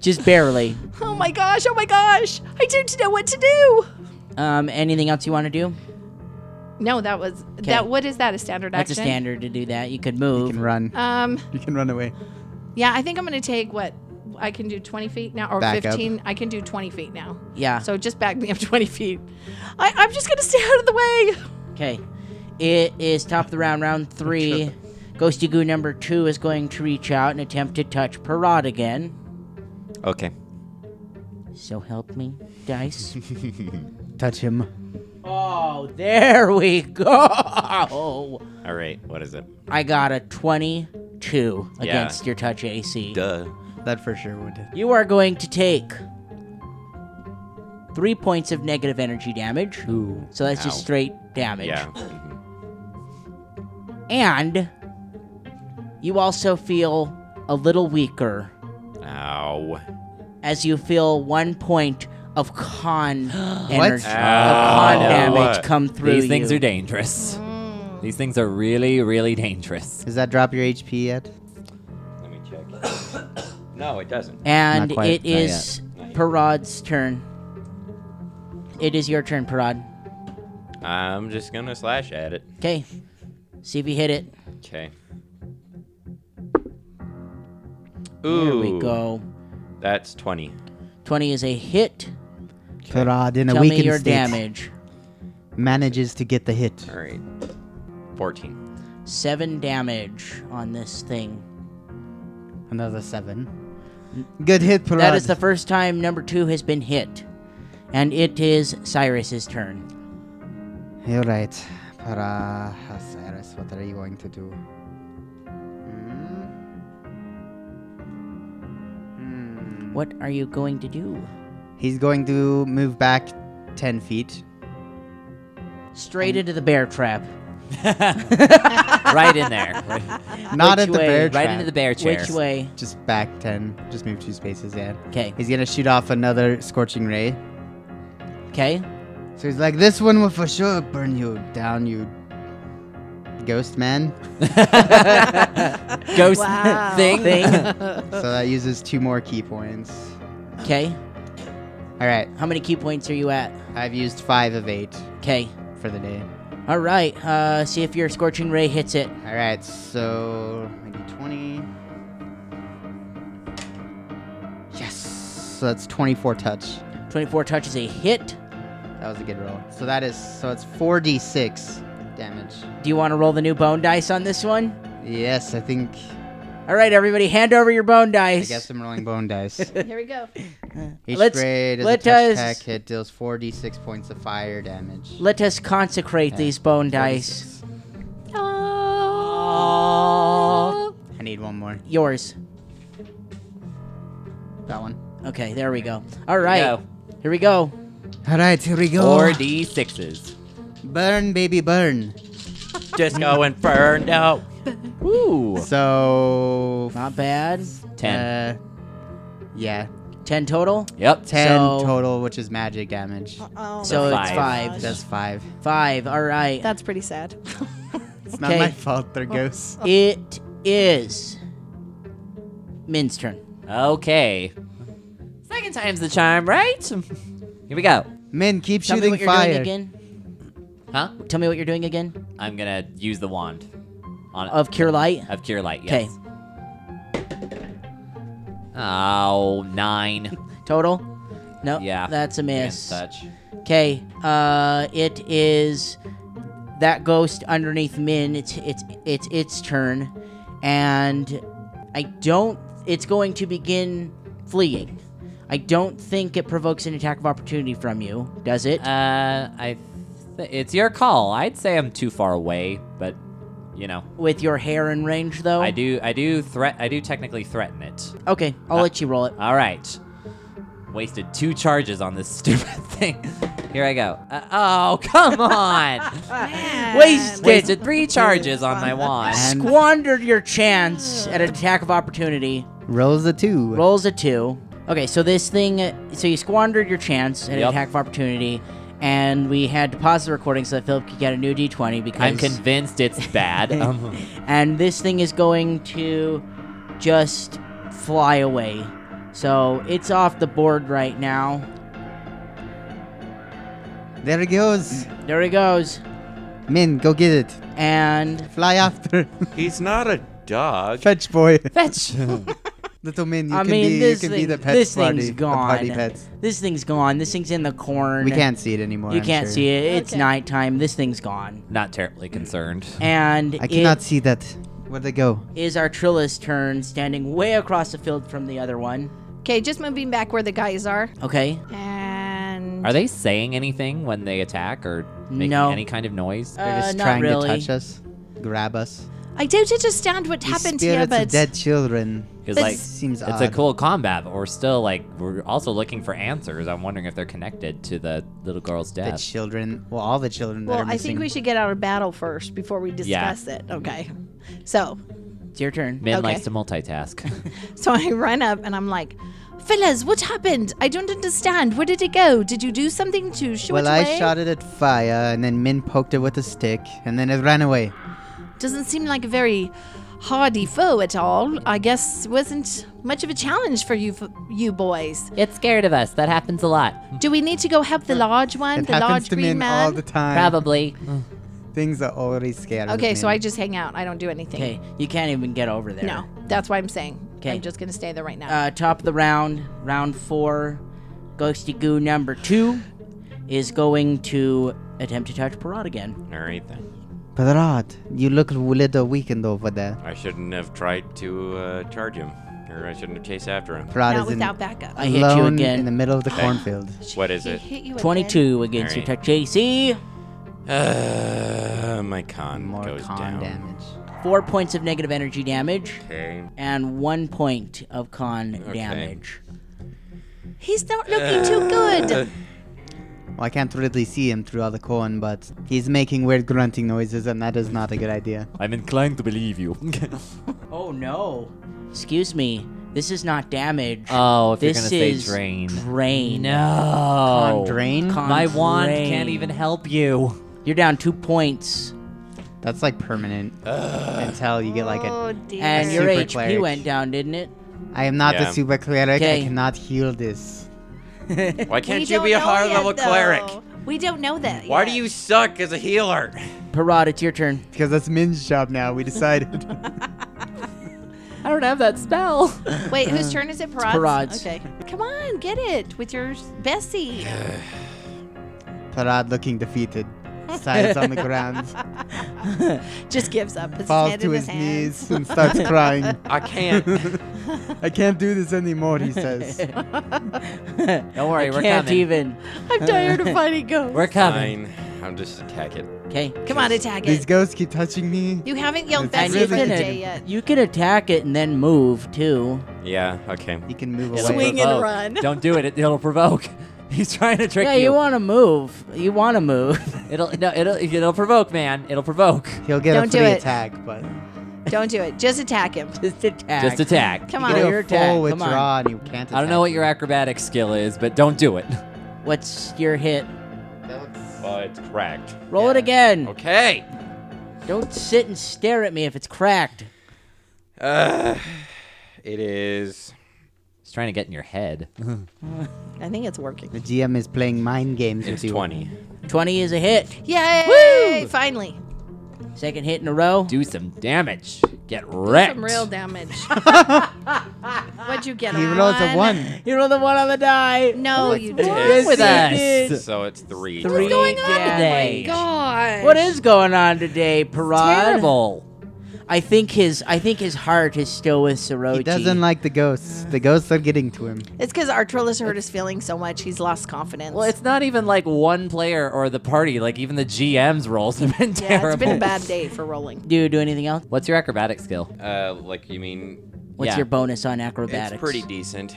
Just barely.
Oh my gosh. Oh my gosh. I don't know what to do.
Um, anything else you want to do?
No, that was that. What is that? A standard
That's a
action?
standard to do that. You could move.
you can run.
Um.
You can run away.
Yeah, I think I'm gonna take what I can do 20 feet now, or
Back up.
15. I can do 20 feet now.
Yeah.
So just back me up 20 feet. I, I'm just gonna stay out of the way.
Okay. It is top of the round, round three. Ghosty Goo number two is going to reach out and attempt to touch Parrot again.
Okay.
So help me, dice.
Touch him.
oh, there we go.
All right. What is it?
I got a 20 two
Yeah.
against your touch AC.
Duh.
That for sure would.
You are going to take three points of negative energy damage.
Ooh.
So that's just
Ow.
straight damage.
Yeah.
And you also feel a little weaker
Ow.
as you feel one point of con energy, of
Ow.
con damage
What?
come through
These things
you.
are dangerous.
Mm.
These things are really, really dangerous.
Does that drop your HP yet?
Let me check. no, it doesn't.
and
Not quite,
it
not yet.
is Parad's turn. It is your turn, Parad.
I'm just gonna slash at it.
Okay. See if you hit it.
Okay.
There
Ooh.
we go.
That's 20.
20 is a hit.
Parad in a
Tell me
weakened
your
state
damage.
manages to get the hit.
All right. 14.
Seven damage on this thing.
Another seven. Good hit, Parad.
That is the first time number two has been hit. And it is Cyrus's turn.
You're right. Para Cyrus, what are you going to do? Hmm? Hmm.
What are you going to do?
He's going to move back 10 feet.
Straight into the bear trap.
right in there. Right,
Not
Which
at the
way?
bear
Right
trap.
right into the bear chair.
Which way?
Just back 10. Just move two spaces, yeah.
Okay.
He's going to shoot off another Scorching Ray.
Okay.
So he's like, this one will for sure burn you down, you ghost man.
Ghost
Oh.
Wow.
thing.
Thing.
so that uses two more key points.
Okay.
All right.
How many key points are you at?
I've used five of eight
Okay.
for the day.
All right. Uh, see if your scorching ray hits it.
All right, so maybe 20. Yes. So that's 24 touch.
24 touches a hit.
That was a good roll. So that is so it's 4d6 damage.
Do you want to roll the new bone dice on this one?
Yes, I think
All right, everybody, hand over your bone
I
dice.
guess I'm rolling bone dice.
Here we go.
Each
Let's-
grade is
let
a touch
us-
attack hit deals 4d6 points of fire damage.
Let us consecrate these bone dice.
46. I need one more.
Yours.
That one.
Okay, there we go. All right.
go.
Here we go.
All right, here we go.
Four D sixes.
burn, baby, burn.
Disco Inferno. Ooh.
So
Not bad.
Ten.
Uh, yeah,
10 total.
yep.
ten
So- Uh-uh.
total, which is magic damage.
Oh,
so
That's
it's
five.
5.
That's five.
Five. All right.
that's pretty sad.
It's
Okay.
not my fault. They're ghosts.
It is Min's turn.
Okay. Second time's the charm, right? Here we go.
Min, keep
Tell me
shooting
what you're
fire.
doing again.
Huh?
Tell me what you're doing again.
I'm gonna use the wand on
Of Cure Light.
of cure light.
Okay.
Yes. Oh, nine.
Total? No.
Yeah.
That's a
Yes.
miss.
Touch.
Okay. Uh, it is that ghost underneath Min. It's it's it's its turn, and I don't. It's going to begin fleeing. I don't think it provokes an attack of opportunity from you, does it?
Uh, I. Th- it's your call. I'd say I'm too far away, but you know,
With your hair in range, though.
I do. I do threat. I do technically threaten it.
Okay, I'll
Uh,
let you roll it.
All right. Wasted two charges on this stupid thing. Here I go. Uh, oh, come on!
Wasted.
Wasted three charges on my wand.
And-
Squandered your chance at an attack of opportunity.
Rolls a two.
Rolls a two. Okay, so this thing, so you squandered your chance at an
Yep.
attack of opportunity, and we had to pause the recording so that Philip could get a new d20 because.
I'm convinced it's bad. Um,
and this thing is going to just fly away. So it's off the board right now.
There it goes.
There he goes.
Min, go get it.
And
Fly after.
He's not a dog.
Fetch boy.
Fetch.
Little Min, you
I
can
mean,
be you
this,
can
thing,
be the pet
this
party.
thing's
the
gone.
party pets.
This thing's gone. This thing's in the corn.
We can't see it anymore.
You
I'm
can't
sure.
see it. It's
Okay.
nighttime. This thing's gone.
Not terribly concerned.
And
I
it-
cannot see that. Where'd they go?
is our Trilla's turn, standing way across the field from the other one.
Okay, just moving back where the guys are.
Okay.
And
Are they saying anything when they attack or making
No.
any kind of noise?
Uh,
They're just
not
trying
really.
to touch us, grab us.
I don't understand what
The
happened
spirits
here, but
of dead children.
Because
But
like
it's-
Seems
it's a
odd.
cool combat, but we're still like we're also looking for answers. I'm wondering if they're connected to the little girl's
The
death.
children. Well, all the children that
well,
are
I
missing.
think we should get out of battle first before we
Yeah.
discuss it. Okay. So,
It's your turn.
Min
okay.
likes to multitask.
so I run up and I'm like, "Fellas, what happened? I don't understand. Where did it go? Did you do something to shoot
well,
it
I
away?
shot it at fire, and then Min poked it with a stick, and then it ran away.
Doesn't seem like a very hardy foe at all. I guess wasn't much of a challenge for you, f- you boys.
It's scared of us. That happens a lot.
Mm.
Do we need to go help the large one,
it
the
happens
large
to
green
Min all
man?
the time.
Probably.
Mm.
Things are already scary. with
okay, so
Min.
I just hang out. I don't do anything.
Okay, you can't even get over there.
No, that's why I'm saying.
'Kay.
I'm just gonna stay there right now.
Uh, top of the round, round four, Ghosty Goo number two is going to attempt to touch Parrot again.
All right then.
But Rod, you look a little weakened over there.
I shouldn't have tried to uh, charge him, or I shouldn't have chased after him.
Parrot
Not
is in,
without backup.
I hit you
alone in the
again.
middle of the cornfield.
What is
He
it?
hit you again.
22 against
Alright.
your touch AC.
Uh, my con
More
goes
con
down.
damage.
Four points of negative energy damage
Okay.
and one point of con damage.
He's not looking
Uh,
too good.
Well, I can't really see him through all the corn, but he's making weird grunting noises, and that is not a good idea.
I'm inclined to believe you.
Oh no. Excuse me. This is not damage.
oh, if
this
you're gonna say
is
drain.
drain.
No.
Oh,
Con drain?
Con
My wand
drain.
can't even help you.
You're down two points,
That's like permanent until you get like a.
Oh, dear.
and your
Super
HP
cleric.
went down, didn't it?
I am not
Yeah.
a super cleric. I
Okay.
cannot heal this.
Why
We
can't you
don't
be a
know
higher
yet,
level
though.
cleric?
We don't know that.
Why
yet.
do you suck as a healer?
Parrot, it's your turn.
Because that's Min's job now. We decided.
I don't have that spell.
Wait,
Uh,
whose turn is it? Parad's?
Parad's.
Okay. Come on, get it with your s- Bessie.
Parad looking defeated, silence on the ground,
Just gives up. Puts his
falls
head
to
in
his
hands.
knees and starts crying.
I can't.
I can't do this anymore. He says.
Don't worry, we're
Can't
coming.
even.
I'm tired of fighting ghosts.
We're coming.
Fine. I'll just attack it.
Okay.
Come on, attack
These
it.
ghosts keep touching me.
You haven't yelled
It's
Bessie
really
for the
good.
day yet.
You can attack it and then move too.
Yeah. Okay.
You can move
It'll
away.
Swing and
provoke.
run.
Don't do it. it. It'll provoke. He's trying to trick
yeah, you, want to move. You want to move.
It'll no. It'll it'll provoke, man. It'll provoke.
He'll get
Don't
a
do
free
it.
attack, but
Don't do it. Just attack him.
Just attack.
Just attack.
Come
you
Roll
do
on.
your
a
attack,
full
come on.
withdraw and you can't. Attack.
I don't know what your acrobatic skill is, but don't do it.
What's your hit?
Well, it's cracked.
Roll it again.
Okay.
Don't sit and stare at me if it's cracked.
Uh, it is.
He's trying to get in your head.
I think it's working.
The GM is playing mind games
It's
with you.
twenty.
20 is a hit.
Yay! Finally.
Second hit in a row.
do some damage. Get wrecked.
Some real damage. What'd you get?
He rolls a one.
You roll the one on the die.
No, you didn't.
Yes,
with
you
us?
did.
So it's three.
Three
total.
Oh
damage.
God.
What is going on today, Parad?
Terrible.
I think his I think his heart is still with Soroti.
He doesn't like the ghosts. The ghosts are getting to him.
It's because Artrillus hurt his feelings so much he's lost confidence.
Well, it's not even like one player or the party. Like even the GM's rolls have been
yeah,
terrible.
it's been a bad day for rolling.
Do you do anything else?
What's your acrobatic skill?
Uh, like you mean?
What's
Yeah.
your bonus on acrobatics?
It's pretty decent.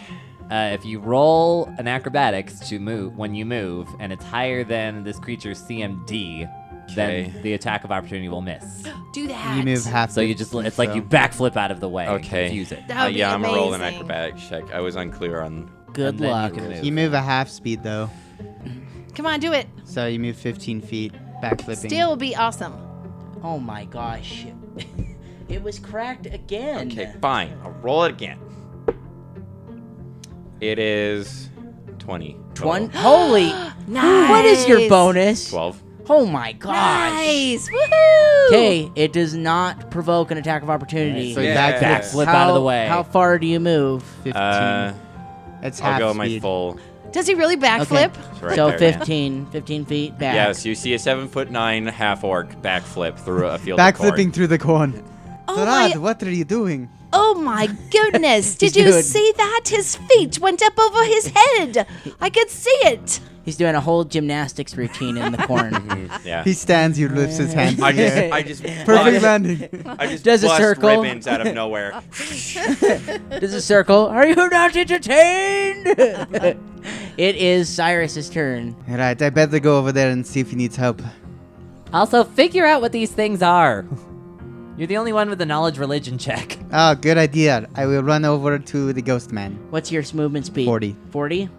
Uh, if you roll an acrobatics to move when you move, and it's higher than this creature's CMD,
Okay.
then the attack of opportunity will miss.
Do that.
You move half.
So you just—it's like you backflip out of the way.
Okay.
Use it.
That
Uh,
would be
yeah, I'm gonna roll an
amazing.
acrobatics check. I was unclear on.
Good
and then you
luck.
can move.
You move a half speed though,
Come on, do it.
so you move 15 feet, backflipping.
Still will be awesome.
Oh my gosh. it was cracked again.
Okay, fine. I'll roll it again. It is twenty. total.
One holy
Nice.
What is your bonus?
Twelve.
Oh my gosh.
Nice. Woohoo!
Okay, it does not provoke an attack of opportunity.
So
Yeah.
back
Backflip
how,
out of the way.
How far do you move?
15.
Uh,
it's half
I'll go my
speed.
full.
Does he really backflip?
It's right
so
there, yeah.
15, 15 feet back.
Yeah, so you see a seven foot nine half orc backflip through a field of corn.
Backflipping through the corn.
Oh
Sarad,
my,
what are you doing?
oh my goodness. Did
He's
you
good.
see that? His feet went up over his head. I could see it.
He's doing a whole gymnastics routine in the corn.
Yeah.
He stands, he lifts his hands. in
I
the
just,
air.
I just
Perfect
bust,
landing.
I just
Does a
bust
circle.
ribbons out of nowhere.
Does a circle. Are you not entertained? it is Cyrus's turn.
right, I better go over there and see if he needs help.
Also, figure out what these things are. You're the only one with the knowledge religion check.
Oh, good idea. I will run over to the ghost man.
What's your movement speed?
40.
40?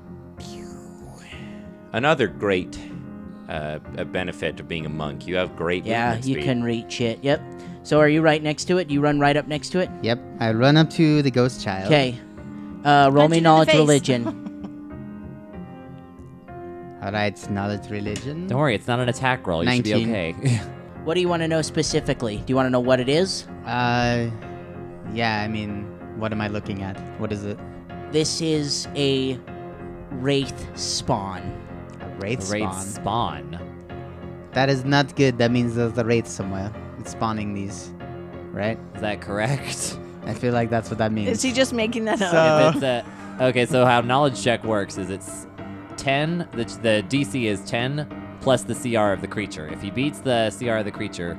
Another great uh, a benefit of being a monk. You have great
Yeah,
movement
you
speed.
can reach it. Yep. So are you right next to it? You run right up next to it?
Yep, I run up to the ghost child.
Okay. Uh, roll
Punch
me
it in the
knowledge
face.
religion.
All right, knowledge religion.
Don't worry, it's not an attack roll. You should
19.
be okay.
what do you want to know specifically? Do you want to know what it is?
Uh, yeah, I mean, what am I looking at? What is it?
This is a wraith spawn.
A wraith
Great
spawn.
spawn.
That is not good. That means there's a wraith somewhere. It's spawning these, right?
Is that correct?
I feel like that's what that means.
Is he just making that
So-
up?
Uh.
if it's a, okay, so how knowledge check works is it's 10, the, the DC is 10 plus the CR of the creature. If he beats the CR of the creature,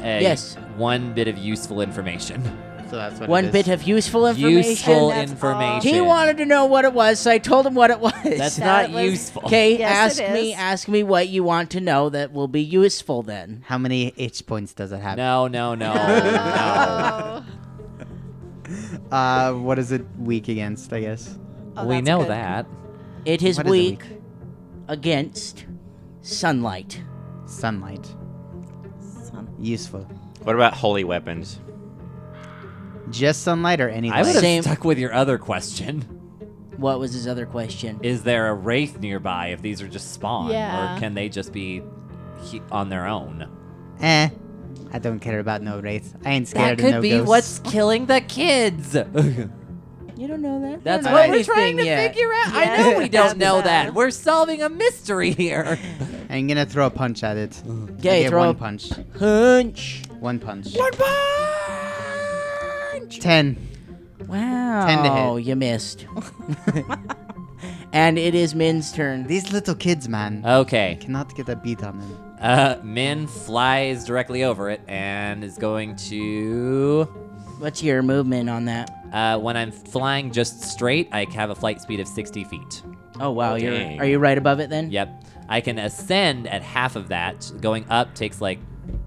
a
Yes.
one bit of useful information.
so that's what
One bit of useful information.
Useful
That's
information.
He wanted to know what it was, so I told him what it was.
That's
That
not
was-
useful.
Okay,
Yes,
ask
it
me
is.
ask me what you want to know that will be useful then.
How many H points does it have?
No, no, no. no.
Oh.
Uh, what is it weak against? I guess.
Oh,
we
that's
know
good.
that.
It is
What is it
weak against sunlight.
Sunlight. Useful.
What about holy weapons?
Just sunlight or anything?
I would have
Same-
stuck with your other question.
What was his other question?
Is there a wraith nearby if these are just spawn?
Yeah.
Or can they just be he- on their own?
Eh. I don't care about no wraith. I ain't
That
scared of
could
no
be
ghosts.
what's killing the kids.
You don't know that.
That's
You don't
what
know
we're
anything
trying to
yet.
figure out. I know we
Yes,
don't know
that's
that. We're solving a mystery here.
I'm gonna throw a punch at it.
Mm-hmm.
I
Okay,
get
throw
one
a
punch.
punch.
One punch. One punch. Ten.
Wow.
Ten to hit.
Oh, you missed. and it is Min's turn.
These little kids, man.
okay.
Cannot get a beat on them.
Uh, Min flies directly over it and is going to.
What's your movement on that?
Uh, when I'm flying just straight, I have a flight speed of 60 feet.
Oh wow, you're
Dang.
are you right above it then?
Yep. I can ascend at half of that. Going up takes like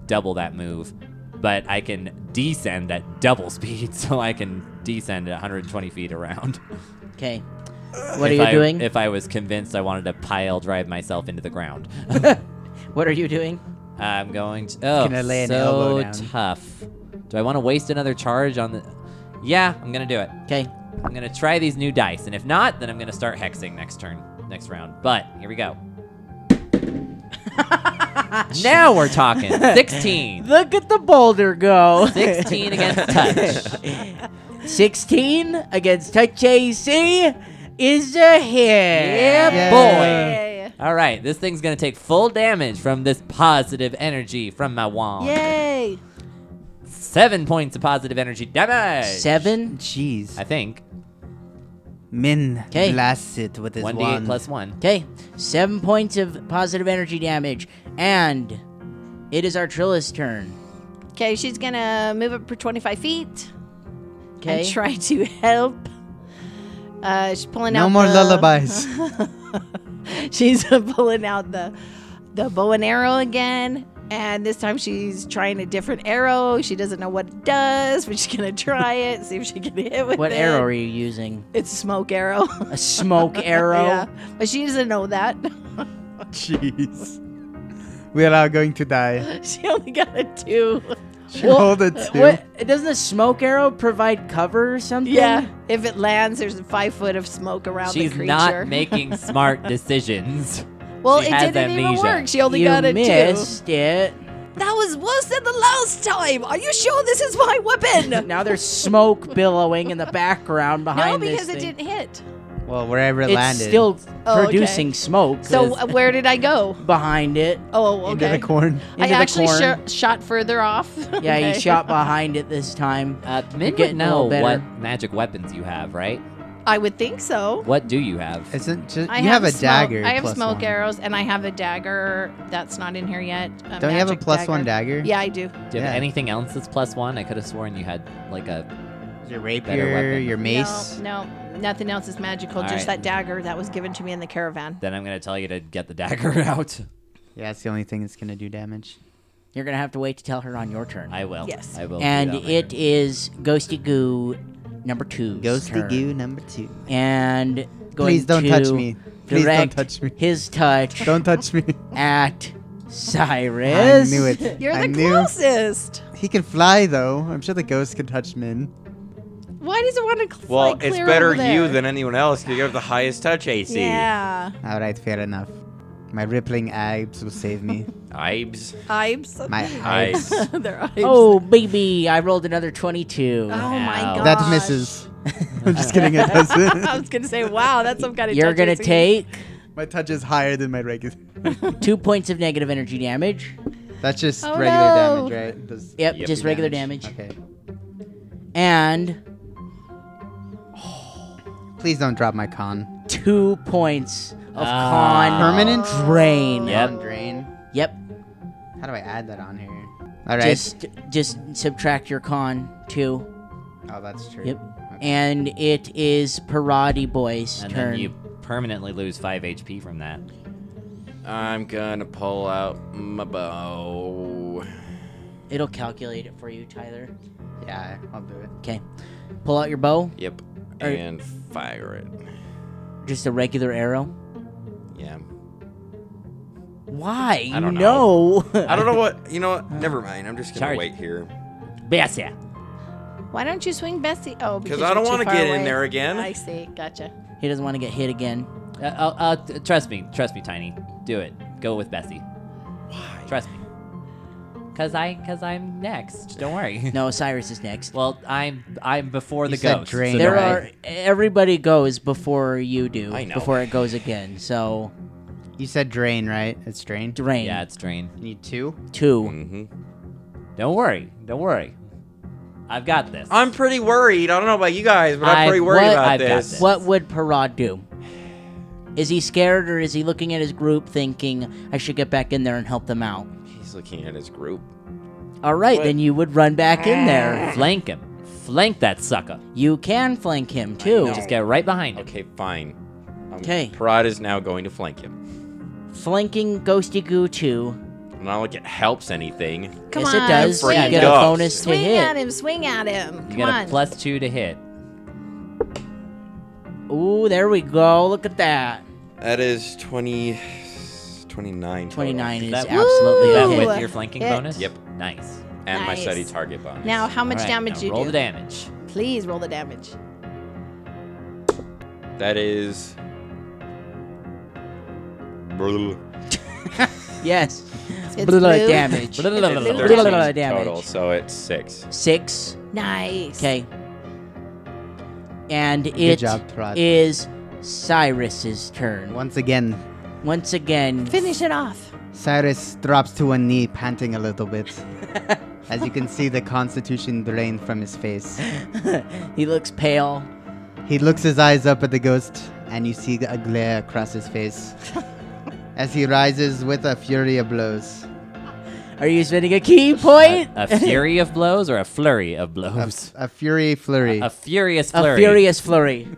double that move, but I can descend at double speed, so I can descend at 120 feet around.
Okay. What
If
are you
I-
doing?
If I was convinced I wanted to pile drive myself into the ground,
what are you doing?
I'm going to. Oh,
gonna lay an elbow
so
down.
tough. Do I want to waste another charge on the? Yeah, I'm gonna do it.
Okay.
I'm gonna try these new dice, and if not, then I'm gonna start hexing next turn, next round. But here we go. now we're talking. 16.
Look at the boulder go.
16 against touch.
16 against Touch AC is a hit.
Yeah,
Yay.
boy.
Yay.
All right, this thing's gonna take full damage from this positive energy from my
uh,
wand.
Yay.
Seven points of positive energy damage.
Seven.
Jeez.
I think.
Min
'Kay.
blasts it with his
1d8
wand.
plus one.
Okay. Seven points of positive energy damage. And it is Artrilla's turn.
Okay, she's gonna move up for 25 feet
Okay.
and try to help. Uh, she's pulling out
no more
the-
lullabies.
She's pulling out the the bow and arrow again, and this time she's trying a different arrow. She doesn't know what it does, but she's gonna try it, see if she can hit with
What
it.
arrow are you using?
It's a smoke arrow.
A smoke arrow.
yeah, but she doesn't know that.
Jeez. We are all going to die.
she only got a two.
She
Well,
rolled a two.
What doesn't a smoke arrow provide cover or something?
Yeah, if it lands, there's five foot of smoke around
She's
the creature.
not making smart decisions.
well,
she
it
has
didn't even
amnesia.
work. She only
you
got a two.
missed it.
That was worse than the last time. Are you sure this is my weapon?
Now there's smoke billowing in the background
no,
behind this
because it
thing.
didn't hit.
well, wherever it
it's
landed.
still
Oh, okay.
producing smoke
So uh, where did I go?
behind it.
Oh,
into
okay.
the corn.
I
into the
actually
corn.
sh- shot further off.
Yeah, you
Okay.
shot behind it this time.
Uh,
You're
Min would
getting a
know
little better.
what magic weapons you have, right?
I would think so.
What do you have?
Isn't ju-
I
you have, a
smoke-
dagger?
I have
plus
smoke
one.
arrows, and I have a dagger that's not in here yet. a
Don't you have a
magic
plus one dagger?
Yeah, I do.
do you have
yeah.
anything else that's plus one? I could have sworn you had like a.
Your
Better
rapier,
weapon.
your mace.
No, no, nothing else is magical.
All
just
right.
that dagger that was given to me in the caravan.
Then I'm gonna tell you to get the dagger out.
Yeah, it's the only thing that's gonna do damage.
You're gonna have to wait to tell her on your turn.
I will.
Yes.
I will. do
and
that
it
later.
is Ghosty Goo number two.
Ghostly goo number two.
And going
Please don't
to
touch me. Please don't
direct
touch me.
His touch
Don't touch me.
at
I
Cyrus.
knew it.
You're
I
the
knew.
closest.
He can fly though. I'm sure the ghost can touch men.
Why does it want to? Cl-
Well,
fly
it's
clear
better
over there?
you than anyone else. 'cause You have the highest touch AC.
Yeah,
All right, fair enough. My rippling abs will save me.
Ibes.
I'm so.
My
Ibes.
Their eyes.
Oh baby, I rolled another twenty-two.
Oh my
Ow.
god.
that misses. I'm just kidding. It doesn't.
I was gonna say, wow, that's some kind of.
You're gonna
touch-ups.
take
My touch is higher than my regular.
two points of negative energy damage.
That's just
Oh,
regular
no.
damage, right? Does-
Yep,
Yep,
just regular damage.
Okay.
And
Please don't drop my con.
two points of
Ah.
con
Permanent?
drain.
Yep.
Con drain.
Yep.
How do I add that on here? All right.
Just just subtract your con two.
oh, that's true.
Yep. And it is Parati Boy's
And
turn.
then you permanently lose five HP from that.
I'm gonna pull out my bow.
It'll calculate it for you, Tyler.
Yeah, I'll do it.
Okay. Pull out your bow,
Yep.
Alright.
And fire it.
just a regular arrow.
Yeah.
Why?
I don't
you know.
I don't know what. You know what? Never mind. I'm just gonna
Charge.
wait here
Yes, yeah.
Why don't you swing Bessie? Oh, because
because I don't
want to
get in there again.
I see. Gotcha.
he doesn't want to get hit again.
Uh, uh, uh, t- trust me, trust me, Tiny. Do it. Go with Bessie. Why? Trust me. Cause I, cause I'm next. Don't worry.
No, Cyrus is next.
Well, I'm, I'm before the
You said
ghost.
drain,
so
there
don't worry.
are everybody goes before you do.
I know.
Before it goes again. So
You said drain, right? It's drain.
drain
Yeah, it's drain.
You need two.
two.
Mm-hmm.
Don't worry. Don't worry. I've got this.
I'm pretty worried. I don't know about you guys, but I'm
I've-
pretty worried
what-
about
I've got
this.
this.
What would Parad do? Is he scared or is he looking at his group thinking I should get back in there and help them out?
He's looking at his group.
All right, then you would run back in
Ah.
there.
Flank him. Flank that sucker.
You can flank him too.
Just get right behind him.
Okay, fine. Um,
'Kay.
Parad is now going to flank him.
Flanking Ghosty Goo 2.
Not like it helps anything.
Come
yes,
on.
it does.
Swing,
You
freaking
get a
does.
bonus to
swing at
hit.
him. Swing at him.
You
Come
got
on.
a plus two to hit.
Ooh, there we go. Look at that.
That is 20, 29. total.
29 is
That-
absolutely
Woo!
a
That
Ooh.
hit.
with your flanking
Hit.
bonus.
Yep.
Nice.
And my
Nice.
steady target bonus.
now, how much
Alright,
damage
now
do you
roll
do?
the damage.
Please roll the damage.
That is.
Yes.
It's
Blah,
blue.
damage.
Blah, blah, blah, blah, blah.
13
Blah, damage.
total, so it's six.
Six.
Nice.
Okay. And it
job, Trot.
is Cyrus's turn.
Once again,
Once again,
Finish it off.
Cyrus drops to one knee, panting a little bit. As you can see, the constitution drain from his face.
he looks pale.
He looks his eyes up at the ghost, and you see a glare across his face. As he rises with a fury of blows.
Are you spending a key point?
A, a fury of blows or a flurry of blows?
A fury flurry.
A furious
A
flurry.
furious flurry.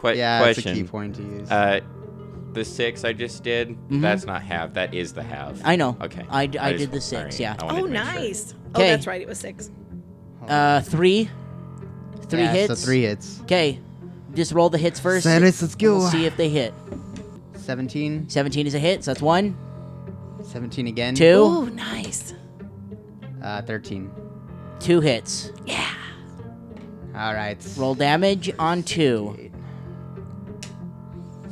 Que-
yeah,
question.
it's a key point to use.
Uh, the six I just did, that's not half. That is the half.
Mm-hmm. I know.
Okay.
I, I
just-
did the six,
alright,
yeah.
I wanted
Oh,
to make sure.
nice. Oh,
Okay.
that's right. It was six.
Uh, three. Three
Oh. yeah,
hits.
So three hits.
Okay. Just roll the hits first.
Cyrus, let's go.
We'll see if they hit.
17.
17 is a hit, so that's one,
17 again.
two,
Oh, nice.
Uh, 13.
two hits.
All right.
Roll damage on two.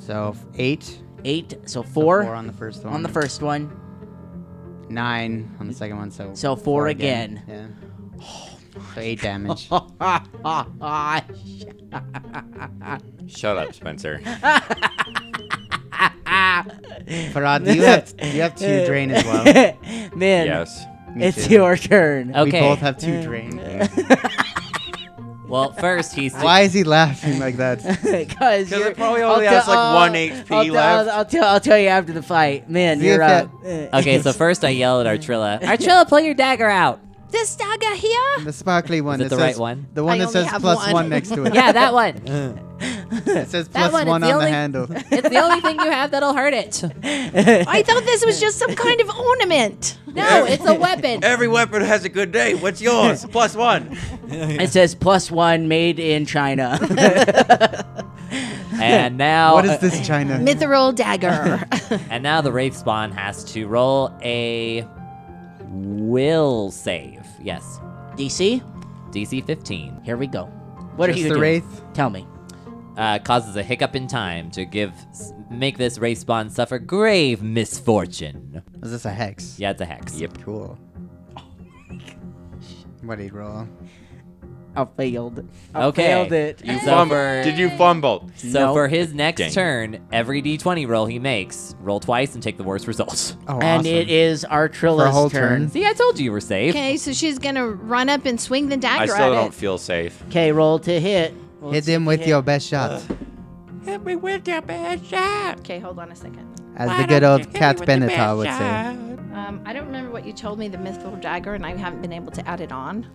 So f- eight.
Eight, so
So
four,
four on the first one.
on the first one.
Nine on the second one. So
So four Oh,
Yeah. So eight damage.
Shut up, Spencer.
Farad, do you have do you have two drain as well? Me
Man,
yes.
it's
too.
Oh.
your turn.
We
Okay.
both have two drain.
Well, first he's
Why is he laughing like that?
Because
Because it probably only has like one HP
I'll, tell- uh, I'll,
left.
I'll tell. I'll tell you after the fight, man.
See
you're
if
up.
okay. So first I yell at Artrilla. Artrilla, pull your dagger out.
This dagger here?
The sparkly one.
it
that
the right
says-
one?
The one
I
that
only
says
have
plus
one.
one next to it.
Yeah, that one.
It says
That
plus
one, it's
one on
the only-
the handle.
It's the only thing you have that'll hurt it.
I thought this was just some kind of ornament.
No, it's a weapon.
Every weapon has a good day. What's yours? Plus one.
It says plus one, made in China.
And now,
What is
Oh,
this China?
Mithril dagger.
and now the wraith spawn has to roll a will save. Yes,
DC,
DC 15.
here we go. What are
Just
you
the
doing?
wraith?
Tell me.
uh, causes a hiccup in time to give s- make this race spawn suffer grave misfortune.
Is this a hex?
Yeah, it's a hex.
Yep.
Cool.
Oh
What did he roll?
I failed. I
Okay.
failed it.
You
So
fumbled.
for-
Did you fumble?
So
Nope.
for his next
Dang.
turn, every d20 roll he makes, roll twice and take the worst result.
Oh,
and
awesome.
it is
For a whole
Artrilla's turn.
turn?
See, I told you you were safe.
okay, so she's gonna run up and swing the
I
dagger
still
at
don't
it.
feel safe.
Okay, roll to hit. Roll
Hit
to
him with
hit.
your best shot.
Hit me with your best shot.
Okay, hold on a second.
As the good old Cat Benatar would say.
Um, I don't remember what you told me the mithril dagger, and I haven't been able to add it on.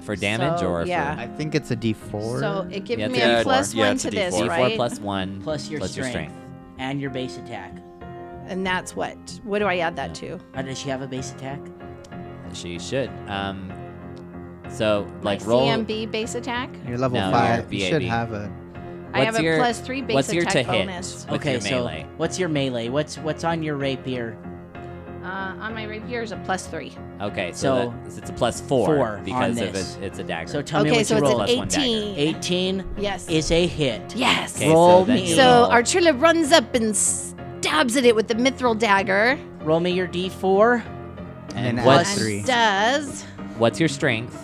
For damage
So,
or
yeah.
for
I think it's a D4.
So it gives
Yeah,
me
it's a
a
D4.
plus
Yeah,
one
it's
to
a
this,
D4.
d4
right?
plus 1
Plus your
plus your
strength.
strength.
and your base attack.
And that's what. What do I add that to?
Uh, does she have a base attack?
She should. Um so like
My
roll
CMB base attack.
You're level
No,
5.
you're
You should
VAB.
have it.
I
What's
have
your-
a plus three base
what's your
attack
to hit?
bonus.
With
okay,
your
so
melee.
what's your melee? What's what's on your rapier?
Uh, on my rapier is a plus three.
Okay, so,
So-
that- it's a plus 4,
Four on
because of
this.
it, it's a dagger.
So tell me
okay,
what
so
you
it's
roll.
an
Plus one dagger.
18.
Eighteen
Yes.
is a hit.
yes.
okay,
roll
so then
me.
you
So
roll-
Artrilla runs up and stabs at it with the mithril dagger.
Roll me your d4.
And
and
then
what's
add
and
three.
Does.
what's your strength?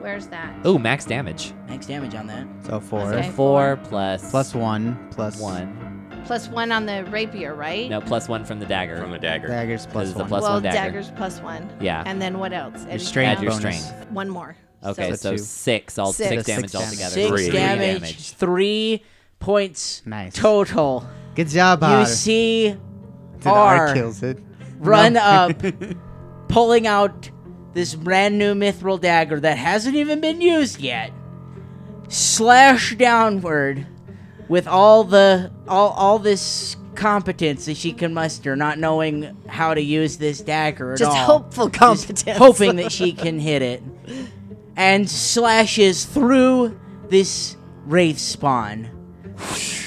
Where's that?
Oh, max damage.
Max damage on that.
So 4.
Okay.
Four plus
Plus 1. Plus
one.
Plus one on the rapier, right?
No, plus one from the dagger.
From the dagger.
Daggers plus
This is a
1.
plus
well,
one dagger.
daggers plus one.
Yeah.
And then what else? Anything
strength
Add your
else?
bonus.
strength.
One more.
Okay,
So
so,
two.
six all six,
Six.
Six
damage
damage.
altogether.
Six
Three.
damage,
damage.
Three points
Nice.
total.
Good job,
You
Har.
see
Did
R
R kills it.
run
No.
up, pulling out this brand new mithril dagger that hasn't even been used yet. Slash downward with all the all all this competence that she can muster, not knowing how to use this dagger at
Just
all.
hopeful
Just
competence.
hoping that she can hit it, and slashes through this wraith spawn,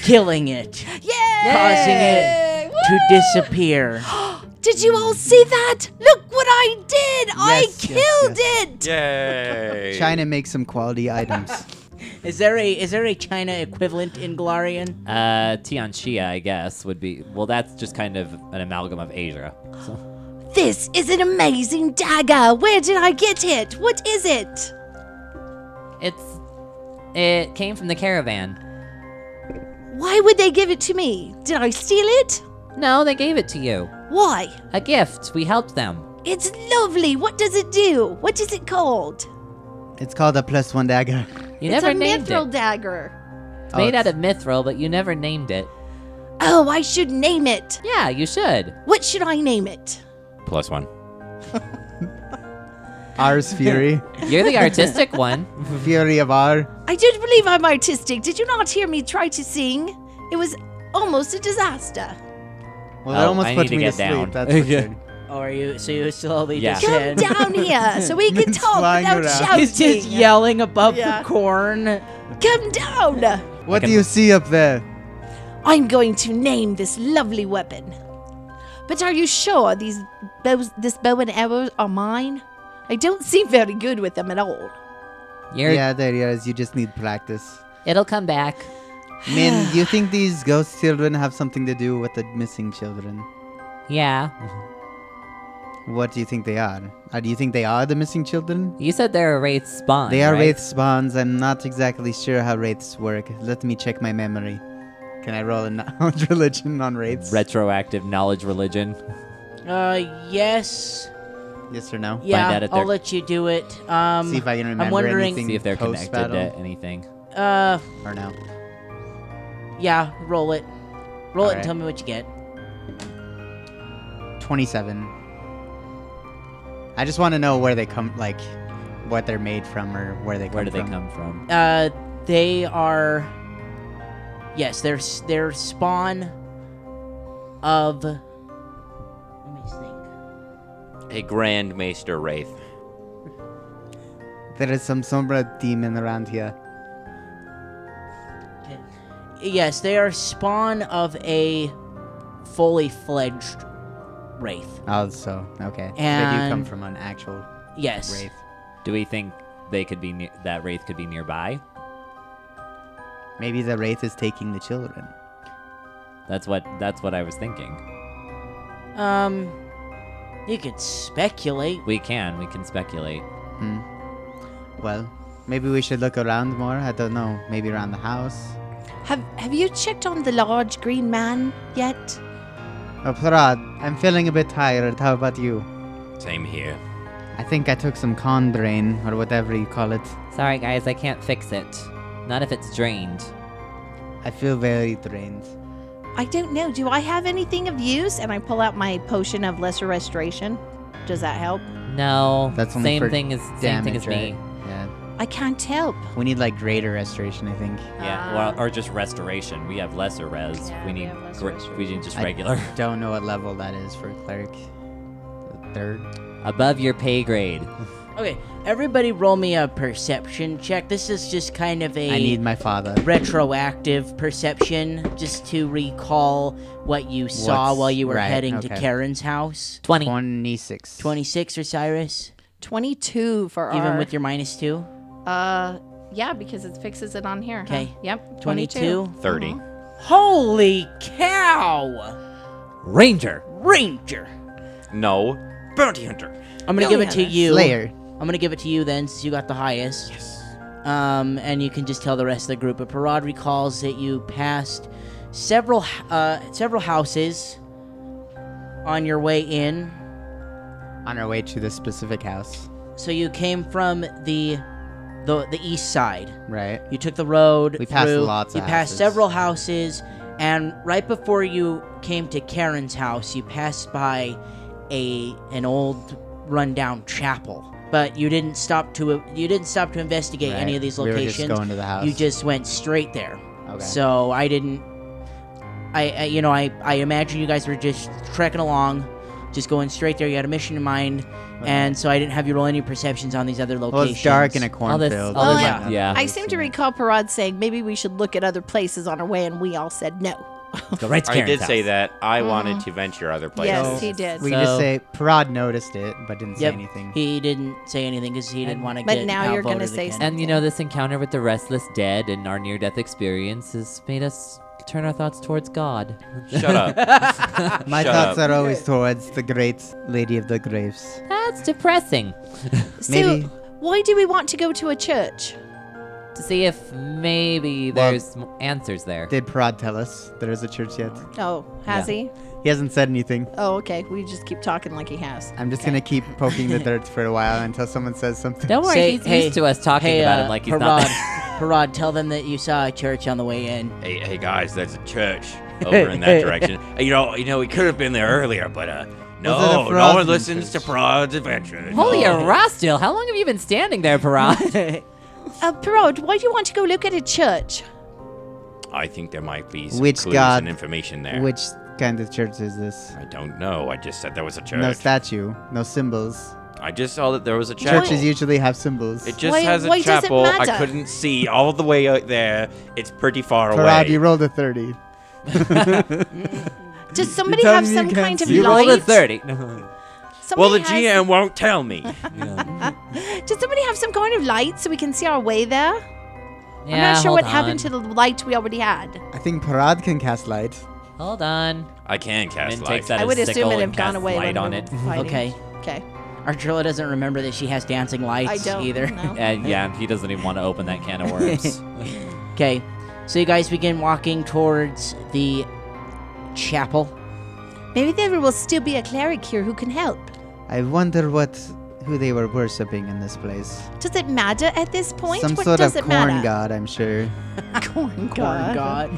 killing it, causing it to disappear.
Did you all see that? Look what I did! I
Yes, yes,
killed it!
Yay!
China makes some quality items.
Is there a is there a China equivalent in Glarian?
Uh, Tian Chia, I guess, would be. Well, that's just kind of an amalgam of Asia. So,
This is an amazing dagger! Where did I get it? What is it?
it's. It came from the caravan.
Why would they give it to me? Did I steal it?
No, they gave it to you.
Why?
A gift. We helped them.
It's lovely! What does it do? What is it called?
It's called a plus one dagger.
You
it's
never
a
named
mithril
it.
dagger.
It's made
Oh,
out of mithril, but you never named it.
Oh, I should name it.
Yeah, you should.
What should I name it?
Plus one.
R's Fury.
You're the artistic one.
Fury of R.
I don't believe I'm artistic. Did you not hear me try to sing? It was almost a disaster.
Well,
Oh,
that almost
I
put
need to
me
get
to
down.
sleep. That's for
Yeah.
sure.
Or are you so you slowly
Yeah.
just
Come
said
down here so we can
It's
talk
flying
without
around.
shouting.
He's just yelling above
Yeah.
the corn.
Come down.
What
can-
do you see up there?
I'm going to name this lovely weapon. But are you sure these bows, this bow and arrows are mine? I don't seem very good with them at all.
You're,
Yeah, there he is. You just need practice.
It'll come back.
Min, do you think these ghost children have something to do with the missing children?
Yeah.
What do you think they are? Uh, do you think they are the missing children?
You said they're a wraith spawn.
They are
right?
wraith spawns. I'm not exactly sure how wraiths work. Let me check my memory. Can I roll a knowledge religion on wraiths?
Retroactive knowledge religion.
Uh yes.
Yes or no?
Yeah,
out if
I'll
they're-
let you do it. Um,
See if I can remember
I'm wondering.
anything.
See if they're connected to
Post-battle.
anything.
Uh,
Or no?
yeah, roll it. Roll it and
Alright.
tell me what you get.
27. I just want to know where they come, like, what they're made from or where they come
Where do they
from.
come from?
Uh, they are. Yes, they're s- they're spawn of. Let me think.
A Grand Maester Wraith.
There is some Sombra demon around here.
Yes, they are spawn of a fully fledged wraith.
Oh, so, okay. they do come
And-
from an actual
Yes.
wraith.
Do we think they could be ne- that wraith could be nearby?
Maybe the wraith is taking the children.
That's what that's what I was thinking.
Um, you could speculate.
We can we can speculate.
Well, maybe we should look around more. I don't know. Maybe around the house.
Have Have you checked on the large green man yet?
Oh, Parad, I'm feeling a bit tired. How about you?
Same here.
I think I took some con drain, or whatever you call it.
Sorry, guys, I can't fix it.
Not if it's drained.
I feel very drained.
I don't know. Do I have anything of use? And I pull out my potion of lesser restoration. Does that help?
No.
That's only
same
for
thing as same thing
Damage,
as me.
right? Yeah.
I can't help.
We need, like, greater restoration, I think.
Yeah, well, or just restoration. We have lesser
Ah.
res.
Yeah,
we
we
need
have lesser
gr- we need just regular.
I don't know what level that is for cleric. The third?
Above your pay grade.
Okay, everybody roll me a perception check. This is just kind of a
I need my father.
retroactive perception just to recall what you saw
What's-
while you were
right,
heading to
okay.
Karen's house.
20.
26.
26 or Cyrus,
Twenty-two for
even
our.
with your minus 2.
uh, yeah, because it fixes it on here. huh?
'Kay.
Yep.
22.
30.
Uh-huh.
Holy cow!
Ranger.
Ranger.
No. Bounty Hunter.
I'm going to give it to you.
Slayer.
I'm going to give it to you then since you got the highest.
Yes.
um, and you can just tell the rest of the group. But Parad recalls that you passed several h- uh, several houses on your way in.
On our way to this specific house.
So you came from the the, the east side.
Right.
You took the road.
We passed
through,
lots
You
of
passed
houses.
several houses, and right before you came to Karen's house, you passed by a an old rundown chapel. But you didn't stop to you didn't stop to investigate any
Right.
of these
We were just
locations.
going to the house.
You just went straight there.
Okay.
So I didn't. I, I you know I I imagine you guys were just trekking along, just going straight there. You had a mission in mind, and so I didn't have you roll any perceptions on these other
Well,
locations.
it's dark in a
this-
cornfield.
all
this-
Yeah.
Yeah.
Oh, I seem to recall Parad saying maybe we should look at other places on our way, and we all said no.
Go right to
I
Karen's
did
house.
say that. I wanted to venture other places.
Yes, he did.
We
So-
just say Parad noticed it, but didn't
Yep.
say anything.
He didn't say anything because he didn't want to
but
get.
now you're gonna
outvoted
say
again.
something.
And you know, this encounter with the restless dead and our near death experience has made us turn our thoughts towards God.
Shut up.
My
Shut
thoughts
up.
are always towards the great lady of the graves.
That's depressing.
Maybe-
So, why do we want to go to a church?
To see if maybe
Well-
there's m answers there.
Did Parad tell us there is a church yet?
Oh, has
Yeah.
he?
He hasn't said anything.
Oh, okay. We just keep talking like he has.
I'm just gonna keep poking the dirt for a while until someone says something.
Don't worry,
Say-
he's
hey-
used to us talking
hey,
about
uh,
him like he's
Parad,
not there.
Parad, tell them that you saw a church on the way in.
hey, hey guys, there's a church over in that direction. Uh, You know, you know, we could have been there earlier, but uh,
Was it a
no, no
Frosty
one listens
church?
to Prod's adventure.
Holy
no.
Erastil, Ah, how long have you been standing there, Parad?
Uh, Parad, why do you want to go look at a church?
I think there might be some
Which
clues
god-
and information there.
Which kind of church is this?
I don't know. I just said there was a church.
No statue, no symbols.
I just saw that there was a chapel.
Churches usually have symbols.
It just
Why-
has a
why does it
chapel. I
matter?
couldn't see all the way out there. It's pretty far
Parad,
away.
you rolled a 30.
Does somebody
tell
have
me you
some
can't
kind of
see? You
light?
Roll a 30.
Somebody
well, the
has-
GM won't tell me.
Does somebody have some kind of light so we can see our way there?
yeah,
I'm not sure
hold
what happened to
on.
the light we already had.
I think Parad can cast light.
Hold on.
I can cast
Min
light.
takes out
I
his
would assume
sickle
it
and
have gone
casts
away.
light
when
on
we were
it.
fighting.
Okay.
Okay.
Artrilla doesn't remember that she has dancing lights
I don't
either.
know.
And yeah, he doesn't even want to open that can of worms.
Okay, so you guys begin walking towards the chapel.
Maybe there will still be a cleric here who can help.
I wonder what who they were worshipping in this place.
Does it matter at this point?
Some
what
sort
does it
of corn
matter?
god, I'm sure.
Corn god.
Corn God.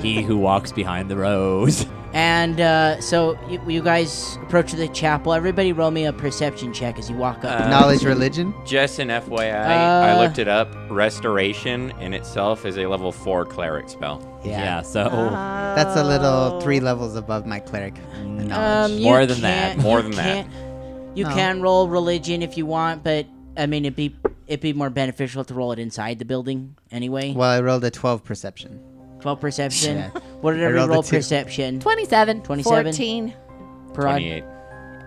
He who walks behind the rose.
And uh, so you, you guys approach the chapel. Everybody, roll me a perception check as you walk up.
Uh,
Knowledge, religion.
Just an FYI,
Uh,
I looked it up. Restoration in itself is a level four cleric spell.
Yeah. so
Uh-huh.
That's a
Oh.
little three levels above my cleric.
Mm.
Knowledge.
Um,
Um,
you
More than that,
can't-
more
you
than that.
can't- You
No.
can roll religion if you want, but I mean it'd be it'd be more beneficial to roll it inside the building anyway.
well, I rolled a 12 perception.
Twelve perception.
Yeah.
What did
I
everybody
rolled a
roll?
two.
Perception.
27.
27?
14.
Parag.
28.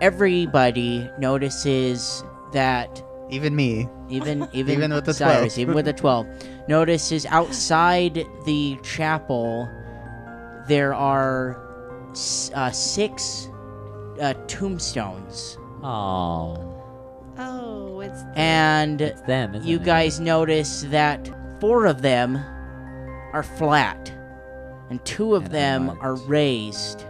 Everybody notices that
Even me.
even even,
Even with the
Cyrus,
12.
even with the twelve, notices outside the chapel there are s- uh, six uh, tombstones,
Oh,
Oh, it's
and
it's them, isn't
you
it?
guys notice that four of them are flat and two of
And
them
unmarked.
are raised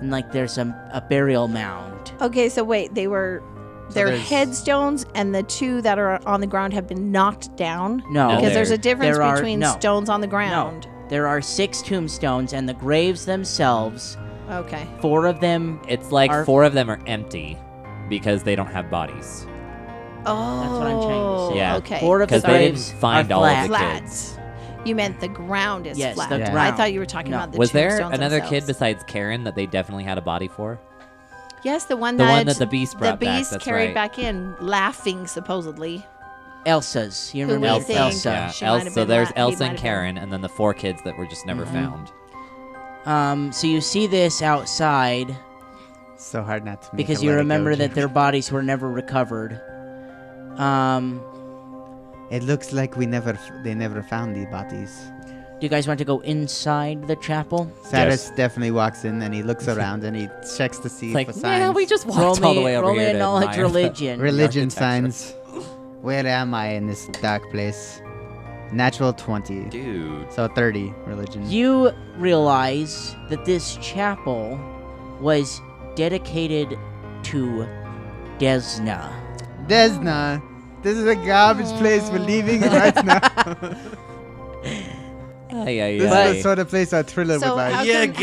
and like there's a, a burial mound
Okay, so wait, they were
So
their
there's-
headstones and the two that are on the ground have been knocked down.
no
No,
Because
there-
there's a difference
there are-
between
no.
stones on the
no
ground.
there are six tombstones and the graves themselves
Okay.
four of them
It's like
Are-
four of them are empty because they don't have bodies.
Oh.
that's what i'm trying to say
Yeah.
Okay.
four of the
Because they
graves
didn't find
are
all
flat.
of the
flat.
kids.
You meant the ground is
Yes,
flat.
the
Yeah.
I
ground.
thought you were talking
No.
about the
Was there
tombstones
another kid
themselves.
besides Karen that they definitely had a body for?
Yes, the one
The
that
one that the beast
the
brought back,
beast
that's
carried
right.
back in, laughing supposedly.
elsa's you
Who
remember
we
Elsa.
think-
Elsa.
Yeah,
She might
Elsa.
have
So
been
there's
la- he
Elsa
might
and
have been-
Karen, and then the four kids that were just never found.
um so you see this outside
So hard not to make
because
a
you
let it go
remember that
joke.
their bodies were never recovered um
It looks like we never, f- they never found the bodies.
Do you guys want to go inside the chapel?
Cyrus definitely walks in and he looks around and he checks to see
It's like,
for
yeah,
signs.
we just walked
roll me,
all the way over
roll
here
me a
to
knowledge
admire
religion.
Religion signs. Where am I in this dark place? Natural 20.
Dude.
So 30 religion.
You realize that this chapel was dedicated to Desna.
Desna, this is a garbage place. We're leaving right now.
Yeah, yeah,
This
yeah.
is the sort of place our thriller
So
would like.
how
You
can- how can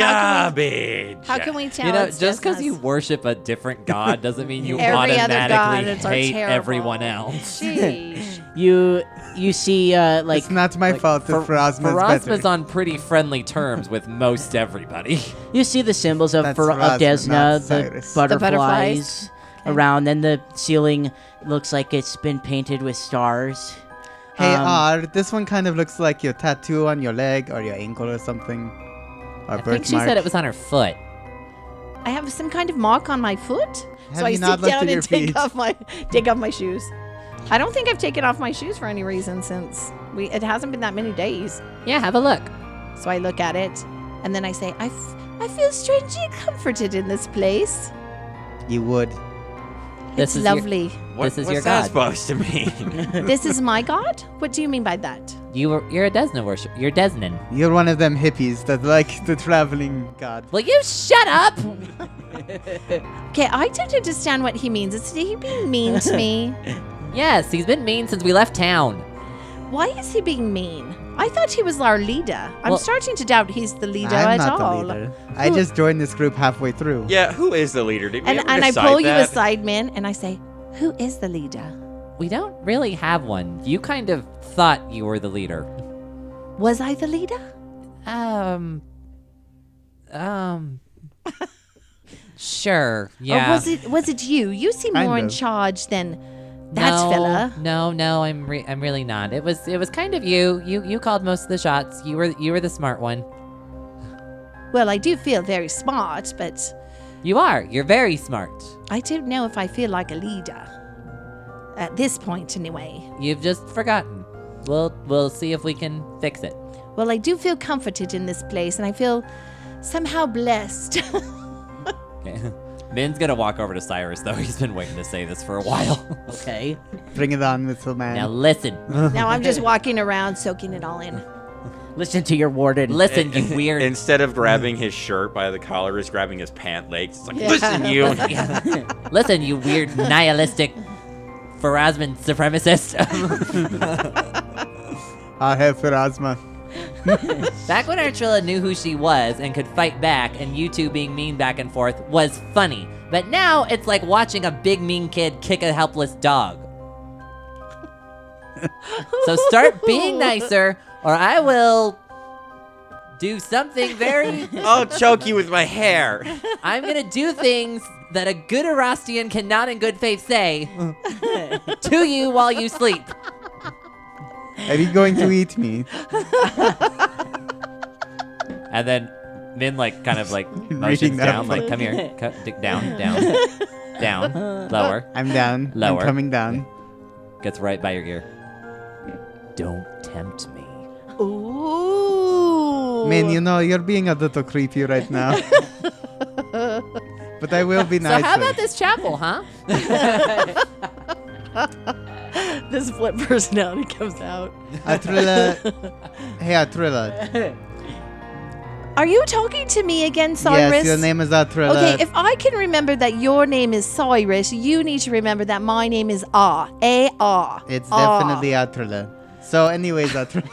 garbage.
How can we tell?
You know,
it's
just because you
business?
worship a different god doesn't mean you
Every other god,
automatically
it's our
hate
terrible.
everyone else.
Sheesh.
You you see uh, like
it's not my fault if Ferozma's better.
Ferozma's on pretty friendly terms with most everybody.
you see the symbols of
That's
Fer-
Rasmus,
of
not
Desna, the
Cyrus.
butterflies,
The butterflies.
around, and the ceiling looks like it's been painted with stars.
hey
um,
R, this one kind of looks like your tattoo on your leg or your ankle or something. Or
I think she said it was on her foot.
I have some kind of mark on my foot,
Have
so I
you
sit
not looked
down
at your
and take
feet?
off my take off my shoes. I don't think I've taken off my shoes for any reason since we. It hasn't been that many days,
Yeah, have a look.
so I look at it, and then I say, I, f- I feel strangely comforted in this place.
You would.
This
it's
is your-
lovely.
What,
This is
what's
your
that
god.
supposed to mean?
this is my god. What do you mean by that?
You were, you're a Desna worship. You're Desnan.
You're one of them hippies that like the traveling god.
Will you shut up?
Okay, I don't understand what he means. Is he being mean to me?
yes, he's been mean since we left town.
Why is he being mean? I thought he was our leader. I'm
Well-
starting to doubt he's the leader
I'm
at
not
all.
the leader. I just joined this group halfway through.
yeah, who is the leader? Did we
and
ever
and I
decide
pull you
that?
aside, man, and I say, "Who is the leader?
We don't really have one. You kind of thought you were the leader.
Was I the leader?
Um. Um. sure.
Or
Yeah.
Oh, was it was it you? You seem
Kind
more in
of.
charge than that
no,
fella.
No, no, I'm re- I'm really not. It was it was kind of you. You you called most of the shots. You were you were the smart one.
Well, I do feel very smart, but
You are. You're very smart.
I don't know if I feel like a leader at this point, anyway.
You've just forgotten. We'll we'll see if we can fix it.
Well, I do feel comforted in this place, and I feel somehow blessed.
Okay. Min's gonna walk over to Cyrus though. He's been waiting to say this for a while.
Okay,
Bring it on, little man.
now listen.
now I'm just walking around soaking it all in.
Listen to your warden.
Listen, you weird.
Instead
Mm.
of grabbing his shirt by the collar, he's grabbing his pant legs. It's like, listen, you.
Listen, you weird nihilistic Farazman supremacist.
I have for asthma.
back when Artrilla knew who she was and could fight back, and you two being mean back and forth was funny. But now it's like watching a big mean kid kick a helpless dog. so start being nicer, or I will do something very.
I'll choke you with my hair.
I'm gonna do things that a good Erastian cannot in good faith say to you while you sleep.
Are you going to eat me?
And then Min like kind of like
Reading
motions
that
down,
book.
like Uh-huh. come here, co- d- down, down, down, lower.
I'm down.
Lower.
I'm coming down.
Gets right by your ear. Don't tempt me.
Ooh.
Man, you know, you're being a little creepy right now. but I will be
So
nicer.
how about this chapel, huh?
this flip personality comes out.
Atrilla. hey, Atrilla.
Are you talking to me again, Cyrus?
Yes, your name is Atrilla.
Okay, if I can remember that your name is Cyrus, you need to remember that my name is Ah. A R.
it's
Ah.
definitely Atrilla. So, anyways, Atrilla.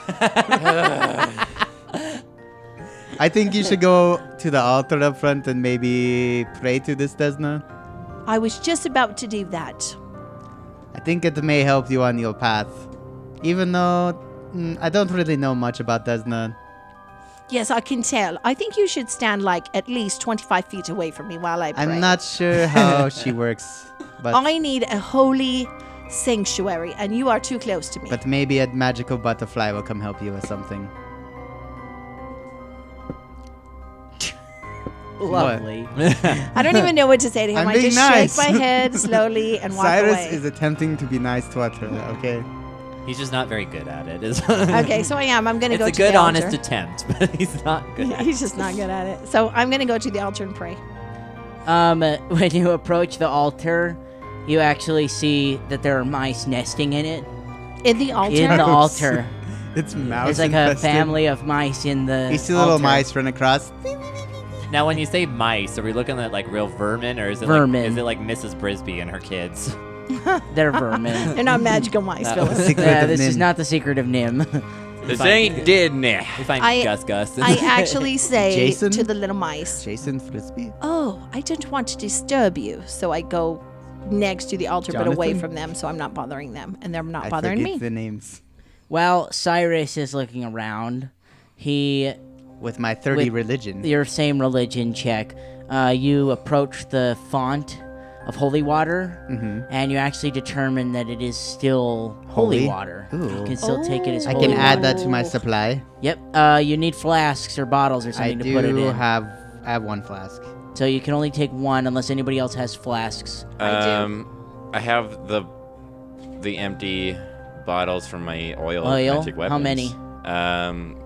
I think you should go to the altar up front and maybe pray to this Desna.
I was just about to do that.
I think it may help you on your path. Even though mm, I don't really know much about Desna.
Yes, I can tell. I think you should stand like at least 25 feet away from me while I pray.
I'm not sure how she works, but
I need a holy sanctuary, and you are too close to me.
but maybe a magical butterfly will come help you or something.
Lovely.
I don't even know what to say to him.
I'm
I
being
just
nice.
shake my head slowly and walk
Cyrus
away.
is attempting to be nice to Atrilla, okay?
He's just not very good at it. Is
okay, so I am. I'm going to
it's
go
a
to
good,
the altar.
honest attempt, but he's not good. at it.
He's just not good at it. So I'm going to go to the altar and pray.
Um, when you approach the altar, you actually see that there are mice nesting in it.
In the altar?
In the
Gross.
altar,
It's mouse.
there's like a
infested.
family of mice in the.
You see little
altar.
mice run across.
Now, when you say mice, are we looking at like real vermin, or is it
Vermin.
like is it like Mrs. Brisby and her kids?
They're vermin.
They're not magical mice, Phyllis.
Secret
Yeah,
of
this is
Nim.
not the secret of Nim.
This ain't Disney.
We find
I-
Gus Gus.
I actually say
Jason?
to the little mice,
Jason Frisbee.
Oh, I don't want to disturb you. So I go next to the altar, but away
Jonathan?
from them, so I'm not bothering them, and they're not
I
bothering
forget
me.
the names.
While Cyrus is looking around, he
With my 30
With-
religion.
your same religion check. Uh, you approach the font of holy water, and you actually determine that it is still holy,
Mm-hmm. Holy?
water. You
Ooh.
can still take it as
I
holy.
can add
water.
that to my supply.
Yep. Uh, you need flasks or bottles or
I
something to
do
put it in.
have I have one flask.
so you can only take one unless anybody else has flasks.
Um, I have the the empty bottles from my oil, of
Oil?
magic weapons.
How many?
Um,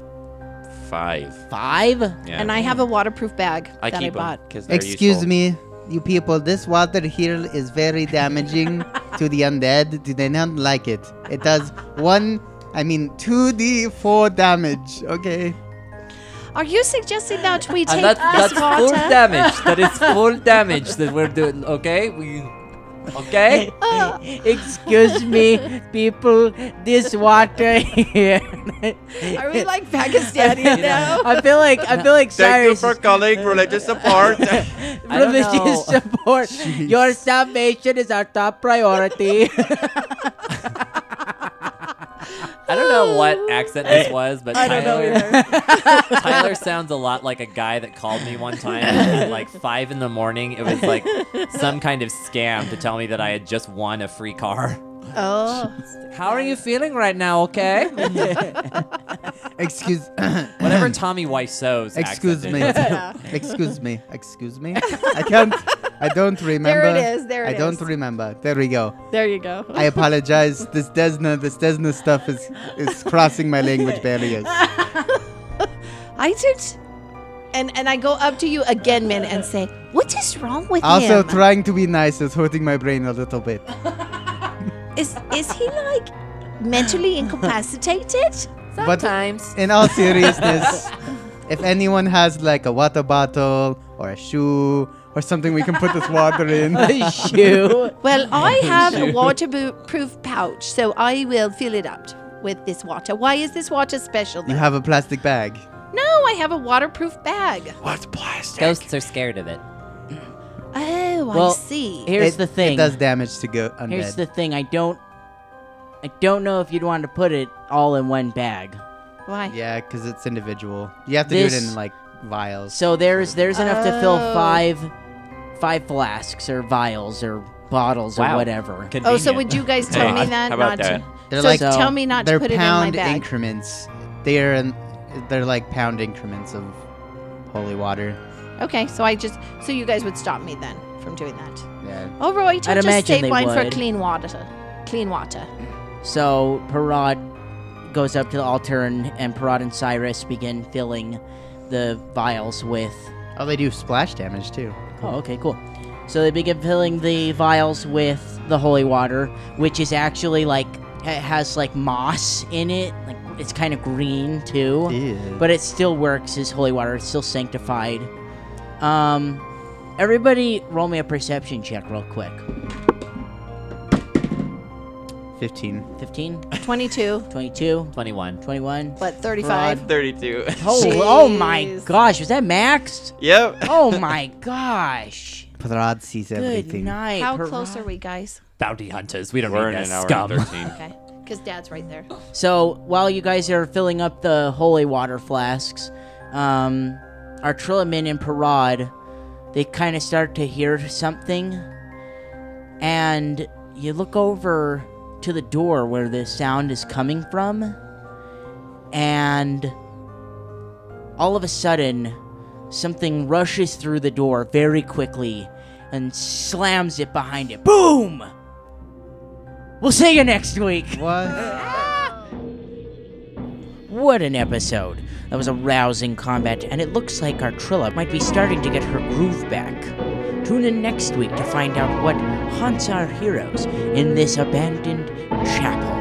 five.
Five.
Yeah.
And I have a waterproof bag
I
that
keep
I
'em
bought.
'cause they're
Excuse
useful.
me, you people. This water here is very damaging to the undead. Do they not like it? It does one, I mean, two d four damage. Okay.
Are you suggesting that we take
And
Uh,
that, that's
this
full
water?
damage. That is full damage that we're doing. Okay, we. Okay.
Excuse me, people. This water here.
Are we like Pakistani now?
I feel like I feel like
Thank you
Cyrus.
for calling religious support.
I don't
religious
know.
support. Your salvation is our top priority.
I don't know what accent this was, but
I don't know
Tyler,
either.
Tyler sounds a lot like a guy that called me one time at like five in the morning. It was like some kind of scam to tell me that I had just won a free car.
Oh,
How are you feeling right now? Okay.
Excuse.
Whatever Tommy Wiseau's.
excuse
accent
me.
is.
excuse me. Excuse me. I can't. I don't remember.
there it is. There it
I
is.
don't remember. There we go.
there you go.
I apologize. This Desna, this Desna stuff is is crossing my language barriers.
I did, and and I go up to you again, Min, and say, "What is wrong with
Also,
him?
trying to be nice is hurting my brain a little bit.
is is he like mentally incapacitated?
Sometimes.
In all seriousness, if anyone has like a water bottle or a shoe or something we can put this water in,
shoe.
Well, I have a waterproof pouch, so I will fill it up with this water. Why is this water special?
you
Then?
have a plastic bag.
no, I have a waterproof bag.
What's plastic?
Ghosts are scared of it.
Oh,
Well,
I see.
Here's
It-
the thing.
It does damage to go undead.
Here's the thing. I don't. I don't know if you'd want to put it all in one bag.
Why?
yeah, because it's individual. You have to do it
This-
in like vials.
So there's there's enough to fill
Oh.
five five flasks or vials or bottles or
Wow.
whatever.
Oh, so would you guys tell
Hey,
me that?
how about
not to,
that?
They're
so
like
So-
tell me not to
they're
put it in my
pound
bag.
increments. They're in, they're like pound increments of holy water.
okay, so I just so you guys would stop me then from doing that.
Yeah.
Oh, Roy,
I'd
don't just
imagine
save
they
mine for
would.
clean water. Clean water.
So Parad goes up to the altar and, and Parad and Cyrus begin filling the vials with.
Oh, they do splash damage too.
Oh, okay, cool. So they begin filling the vials with the holy water, which is actually like it has like moss in it. Like it's kind of green too.
Ew.
but it still works as holy water. It's still sanctified. Um, everybody, roll me a perception check real quick.
15.
15,
22,
22,
21.
21.
but 35.
32.
Oh, oh my
Jeez.
gosh, was that maxed?
yep.
Oh my gosh.
Parad sees
Good
everything.
night.
How
Parag.
close are we, guys?
Bounty hunters. We don't
We're in
need
an
that
hour
scum.
and 13.
Okay. Because dad's right there.
So while you guys are filling up the holy water flasks, um, our Trilliman and Parad, they kind of start to hear something, and you look over to the door where the sound is coming from, and all of a sudden, something rushes through the door very quickly and slams it behind it. Boom! We'll see you next week.
What?
What an episode! That was a rousing combat, and it looks like our Trilla might be starting to get her groove back. Tune in next week to find out what haunts our heroes in this abandoned chapel.